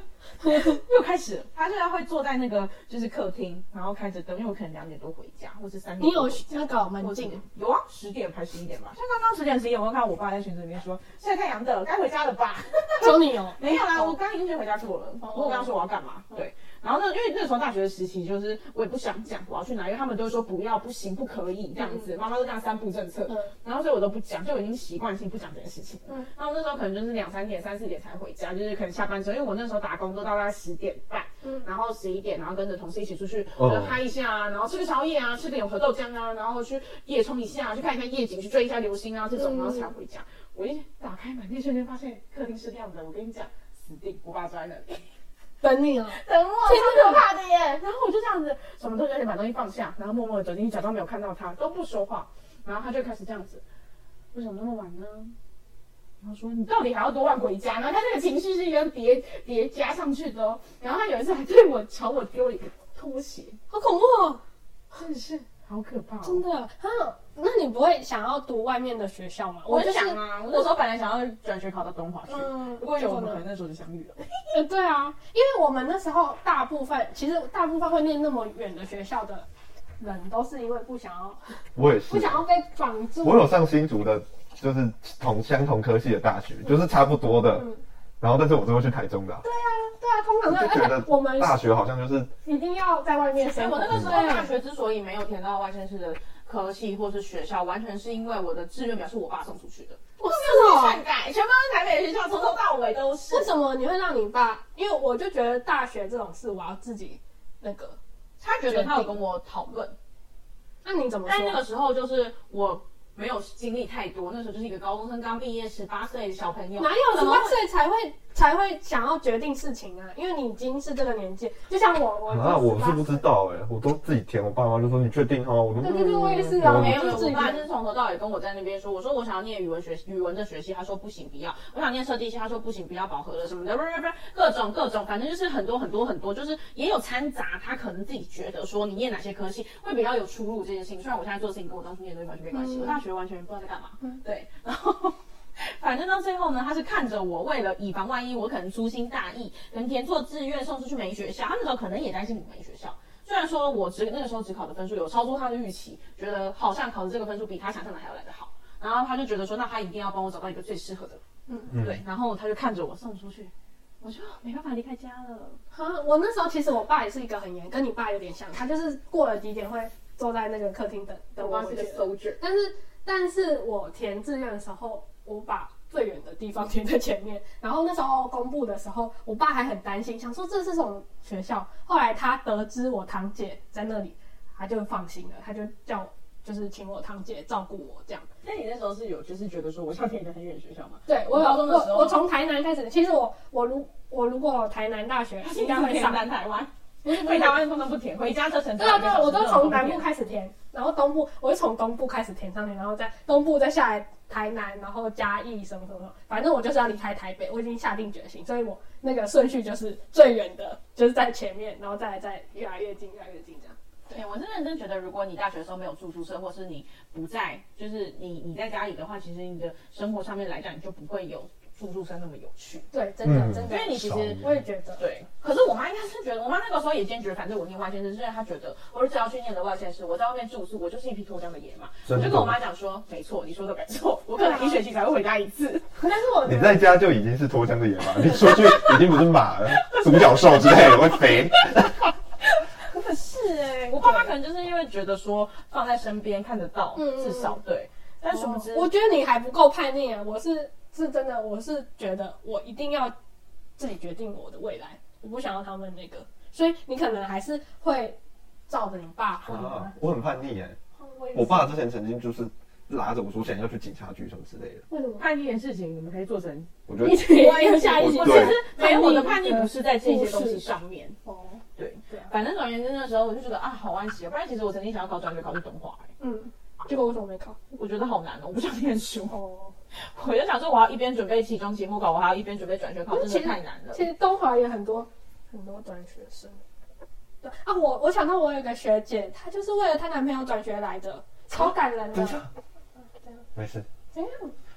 S3: 又开始了。他现在会坐在那个就是客厅，然后开着灯，因为我可能两点多回家，或是三点
S4: 你
S3: 多
S4: 有
S3: 回家。
S4: 那个门
S3: 我
S4: 禁，
S3: 有啊，十点还十一点吧。像刚刚十点十一点，我又看到我爸在群组里面说晒太阳的，该回家了吧？
S4: 只有你有。
S3: 没有啦，我刚刚已经先回家过了。哦我跟他说我要嗯干嘛，对。然后呢，因为那时候大学的时期，就是我也不想讲我要去哪，因为他们都会说不要、不行、不可以这样子。妈妈都这样三步政策
S4: 嗯，
S3: 然后所以我都不讲，就已经习惯性不讲这件事情。嗯。然后那时候可能就是两三点、三四点才回家，就是可能下班之后，因为我那时候打工都到大概十点半，然后十一点，然后跟着同事一起出去
S1: 哦
S3: 呃嗨一下啊，然后吃个宵夜啊，吃个永和豆浆啊，然后去夜冲一下，去看一下夜景，去追一下流星啊这种，然后才回家。我一打开门那瞬间发现客厅是亮的，我跟你讲，死定！我爸坐在那里
S4: 等你了，
S3: 等我，超可怕的耶！然后我就这样子，什么都有点把东西放下，然后默默的走进去，假装没有看到他，都不说话。然后他就开始这样子，为什么那么晚呢？然后说你到底还要多晚回家呢？他那个情绪是一个叠 叠加上去的哦。然后他有一次还对我朝我丢了一个拖鞋，
S4: 好恐怖哦！
S3: 真的是好可怕、哦，
S4: 真的哈？那你不会想要读外面的学校吗？
S3: 我
S4: 就是
S3: 想啊，我那时候本来想要转学考到东华去，
S4: 嗯，
S3: 如果有
S4: 结
S3: 我
S4: 果
S3: 们可
S4: 呢
S3: 能那时候就相遇了。
S4: 呃，对啊，因为我们那时候大部分其实大部分会念那么远的学校的人，都是因为不想要
S1: 我也
S4: 不
S1: 是，
S4: 想要被绑住。
S1: 我有上新竹的，就是同相同科系的大学，就是差不多的。
S4: 嗯
S1: 然后，但是我最后去台中的啊、
S4: 对啊，通常
S1: 我就
S4: 都
S1: 觉
S4: 而
S1: 得
S4: 且我们
S1: 大学好像就是
S4: 一定要在外面
S3: 所以
S4: 生
S3: 我
S4: 活啊
S3: 那。个时候大学之所以没有填到外县市的科系或是学校，完全是因为我的志愿表是我爸送出去的，
S4: 我
S3: 我
S4: 是
S3: 篡改，全部都是台北的学校，从头到尾都是
S4: 哦，为。什么你会让你爸？因为我就觉得大学这种事，我要自己那个。
S3: 他觉得他有跟我讨论，
S4: 那你怎么
S3: 但那个
S4: 说？啊
S3: 时候就是我没有经历太多，那时候就是一个高中生刚毕业十八岁的小朋友，
S4: 哪有
S3: 怎
S4: 十
S3: 么会
S4: 八岁才会才会想要决定事情啊？因为你已经是这个年纪，就像我，我
S1: 啊，我是不
S4: 知
S1: 知道哎、我都自己填，我爸妈就说你确定哦，我都
S4: 对对对，我也是
S1: 嗯我
S4: 啊，
S3: 没有，
S4: 就
S3: 我
S4: 自己
S3: 爸就是从头到尾跟我在那边说，我说我想要念语文学语文的学系，他说不行不要，我想念设计系，他说不行不要饱和了什么的，不不不，各种各种，反正就是很多很多很多，就是也有掺杂他可能自己觉得说你念哪些科系会比较有出路这件事情。虽然我现在做的事情跟我当初念的东西完全
S4: 嗯
S3: 没关系，我大学完全不知道在干嘛，对，然后。反正到最后呢，他是看着我，为了以防万一，我可能粗心大意，可能填错志愿送出去没学校。他那时候可能也担心我没学校，虽然说我只那个时候只考的分数有超出他的预期，觉得好像考的这个分数比他想象的还要来得好，然后他就觉得说，那他一定要帮我找到一个最适合的，嗯，对，然后他就看着我送出去，我就没办法离开家了。
S4: 啊，我那时候其实我爸也是一个很严，跟你爸有点像，他就是过了几点会坐在那个客厅等等我回去。
S3: soldier，
S4: 但是，但是我填志愿的时候，我把最远的地方填在前面。然后那时候公布的时候，我爸还很担心，想说这是什么学校。后来他得知我堂姐在那里，他就放心了，他就叫我就是请我堂姐照顾我这样。
S3: 那你那时候是有就是觉得说我想填一个很远的学校 吗？
S4: 对我有
S3: 高中的时候
S4: 我我从台南开始，其实我我如我如果台南大学应该会
S3: 填
S4: 上，
S3: 南台湾，
S4: 不是不
S3: 回
S4: 是
S3: 台湾通常不填，回家车程
S4: 对啊，对啊，我都从南部开始填，然后东部，我是从东部开始填上去，然后再东部再下来台南，然后嘉义什么什么什么，反正我就是要离开台北，我已经下定决心，所以我那个顺序就是最远的，就是在前面，然后再来再越来越近，越来越近这样。
S3: 对，我是认真觉得，如果你大学的时候没有住宿舍，或是你不在，就是你你在家里的话，其实你的生活上面来讲，你就不会有住宿生那么有趣，
S4: 对，真的、
S1: 嗯
S4: 真
S3: 因
S4: 的
S3: 为，你其
S1: 少
S3: 实
S4: 我也觉得，
S3: 对。可是我妈应该是觉得，我妈那个时候也坚决，反正我念外县市，是因为她觉得我只要去念了外县市，我在外面住宿，我就是一匹脱缰的野马。我
S1: 真的
S3: 就跟我妈讲说，没错，你说的没哦错，我可能一学期才会回家一次。
S4: 但是我
S1: 你
S4: 觉得
S1: 在家就已经是脱缰的野马，你出去已经不是马了， 独角兽之类的会飞。
S3: 是哎、我爸妈可能就是因为觉得说放在身边看得到，
S4: 嗯嗯
S3: 至少对。但殊不知，
S4: 我觉得你还不够叛逆啊！我是是真的，我是觉得我一定要自己决定我的未来，我不想要他们那个，所以你可能还是会照着你爸或你妈
S1: 啊，我很叛逆哎、
S4: 也是
S1: 我爸之前曾经就是拉着我说想要去警察局什么之类的，
S4: 为什么？
S3: 叛逆的事情，你们可以做成
S1: 我觉得
S4: 一起一下一起
S1: 我
S3: 我其
S1: 对
S3: 实没有我的叛逆不是在这些东
S4: 故
S3: 西
S4: 事
S3: 上面。
S4: 呃哦，
S3: 对
S4: 对啊，
S3: 反正总而言之，那时候我就觉得啊，好安息啊。不然其实我曾经想要考转学考去东华、欸，
S4: 嗯，结果为什么没考？
S3: 我觉得好难哦，我不想念书。
S4: 哦，
S3: 我就想说，我要一边准备期中、期末考，我还要一边准备转学考，真
S4: 其
S3: 的
S4: 实
S3: 太难了
S4: 其。实东华也很多很多转学生。对啊，我我想到我有一个学姐，她就是为了她男朋友转学来的，超感人
S1: 等
S4: 的
S1: 一。下，没事。
S4: 哦怎样？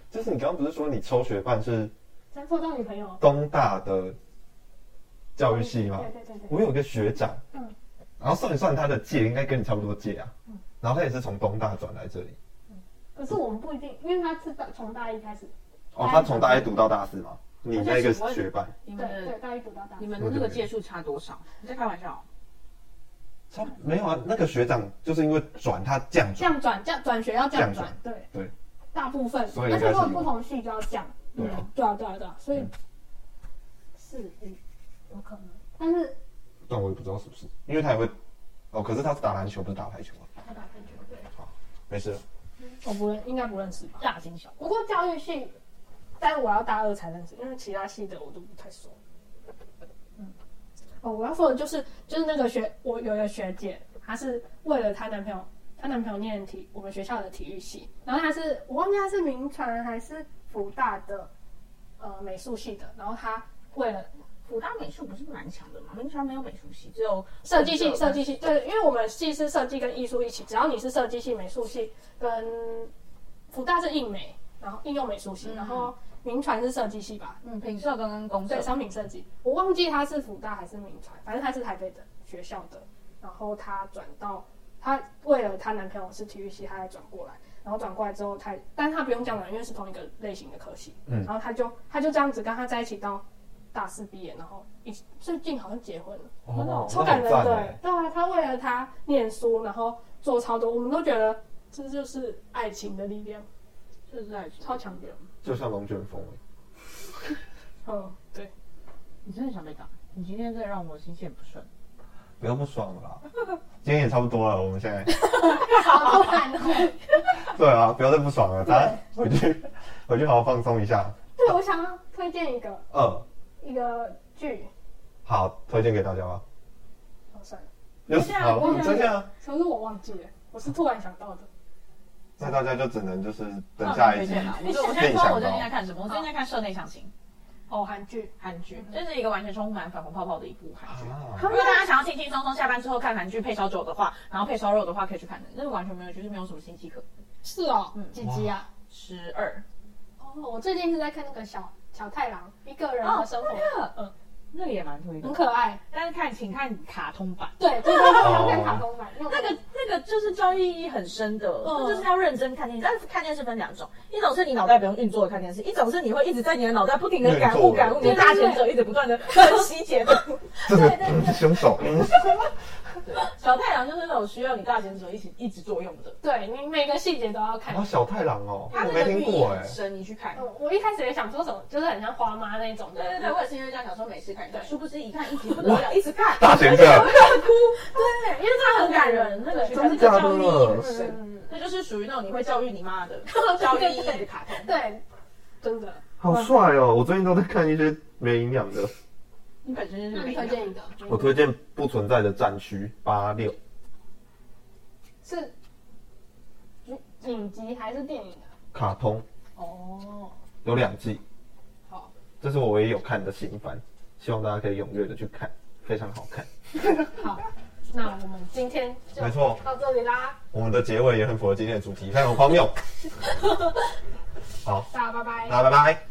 S1: 就是你刚刚不是说你抽学伴是
S4: 咱做到女朋友？
S1: 东大的教育系吗？
S4: 对对对对。
S1: 我有个学长，
S4: 嗯
S1: 然后算一算他的届应该跟你差不多届啊，然后他也是从东大转来这里。
S4: 可是我们不一定，因为他是大从大一开始，
S1: 哦，
S4: 大一
S1: 他从大一读到大四吗？你那个学伴
S3: 你
S4: 对
S3: 们的
S4: 对，大一读到大
S3: 嗯你
S4: 四。
S3: 们的那个届数差多少？你在开玩笑哦？
S1: 差不没有啊？那个学长就是因为转他这样
S4: 这
S1: 转，
S4: 样转，这样转学要这样
S1: 这样
S4: 转，对
S1: 对，
S4: 大部分，
S1: 所以
S4: 而
S1: 应
S4: 且
S1: 该
S4: 如
S1: 是
S4: 果不同系就要这样。
S1: 对啊，
S4: 对啊，对啊，对啊，所以
S1: 嗯
S4: 是嗯，有可能，但是
S1: 但我也不知道是不是，因为他也会哦，可是他是打篮球不是打排球啊，
S4: 他打分球对，
S1: 没事了。
S4: 我不认，应该不认识吧。
S3: 大惊小
S4: 不过教育系，但我要大二才认识，因为其他系的我都不太熟。哦，我要说的就是，就是那个学，我有一个学姐，她是为了她男朋友，她男朋友念体我们学校的体育系，然后她是我忘记她是名传还是福大的，呃，美术系的，然后她为了
S3: 福大美术不是蛮强的吗？明传没有美术系，只有
S4: 设计系，设
S3: 计
S4: 计系，对，因为我们系是设计跟艺术一起，只要你是设计系、美术系跟福大是应美，然后应用美术系，
S3: 嗯
S4: 然后民传是设计系吧，
S3: 嗯品社跟跟公社
S4: 对，。商品设计，我忘记他是福大还是民传，反正他是台北的学校的，然后他转到他为了她男朋友是体育系，他还转过来，然后转过来之后他，但是他不用这样转，因为是同一个类型的科系，
S1: 嗯
S4: 然后他就他就这样子跟他在一起到大四毕业，然后一起最近好像结婚了。
S1: 哦
S4: 超感人
S1: 那很
S4: 的
S1: 赞
S4: 欸
S1: 欸，
S4: 对啊，他为了他念书，然后做超多，我们都觉得这就是爱情的力量，
S3: 这是在
S4: 超强的。
S1: 就像龙卷风欸。
S4: 嗯，对，
S3: 你真的想被打？你今天真的让我心情不顺。
S1: 不要不爽了 啦，今天也差不多了，我们现在
S4: 好突 然哦。
S1: 对啊，不要再不爽了，大家回去回去好好放松一下。
S4: 对，我想要推荐一个
S1: 嗯，
S4: 一个剧，
S1: 好，推荐给大家吧。
S4: 哦，算了，
S1: 就
S4: 这
S1: 是
S4: 样
S3: 啊
S1: 好，
S4: 我
S1: 嗯
S4: 想
S1: 就这样，
S4: 可是我忘记了，我是突然想到的。
S1: 那大家就只能就是等
S3: 那
S1: 下
S3: 我
S1: 一
S3: 推
S1: 集
S3: 荐啊啦。我就我现在知道我最啊近在看什么，我嗯最近在看《社内相亲》
S4: 哦，韩剧，
S3: 韩剧，这是一个完全充满粉红泡泡的一部韩剧。
S1: 啊。
S3: 如果大家想要轻轻松松下班之后看韩剧配烧酒的话，然后配烧肉的话，可以去看的，那是完全没有，就是没有什么新奇可。
S4: 是哦
S3: 嗯，
S4: 几集啊？
S3: 十二，
S4: 哦，我最近是在看那个小小太郎一个人的生活，嗯，
S3: 那个也蛮推的
S4: 很，可爱。
S3: 但是看请看卡通版。
S4: 对对对，我想看卡通版，那
S3: 那个那个就是教育意义很深的，
S4: 嗯
S3: 那就是要认真看电视。但是看电视分两种，一种是你脑袋不用运作的看电视，一种是你会一直在你的脑袋不停的感悟
S1: 运作的
S3: 感悟，你
S1: 对
S3: 的大贤者一直不断的分析解读。
S1: 这个嗯凶手，嗯
S3: 小太阳就是那种需要你大贤者一起一直作用的，
S4: 对你每个细节都要看
S1: 啊，。小太郎哦，我
S3: 它那
S1: 没
S3: 个寓
S1: 听
S3: 意
S1: 过哎
S3: 很。深，你去看。
S4: 嗯，我一开始也想说什么，就是很像花妈那种的。
S3: 对对对，我也是因为这样想说没事看一下，
S4: 对
S3: 殊不知一看一集不得了，一直看，
S1: 大贤者，
S3: 对，因为它很感人，那个
S1: 真的
S3: 那个
S1: 假
S3: 教育意义很
S1: 的？
S3: 深，
S4: 嗯，
S3: 那就是属于那种你会教育你妈的教育意义的卡通。
S4: 对，真的。
S1: 好帅哦！我最近都在看一些没营养的。
S3: 你本身就
S4: 那
S3: 是
S4: 你
S3: 没
S4: 推荐一个
S1: 我推荐《不存在的战区》八六，
S4: 是影集还是电影啊？
S1: 卡通
S4: 哦，
S1: 有两季。
S4: 好，
S1: 这是我唯一有看的新番，希望大家可以踊跃的去看，非常好看。
S4: 好，那我们今天就
S1: 没错
S4: 到这里啦，
S1: 我们的结 尾也很符合今天的主题，非常荒谬。好，
S4: 大家拜拜。
S1: 那拜拜。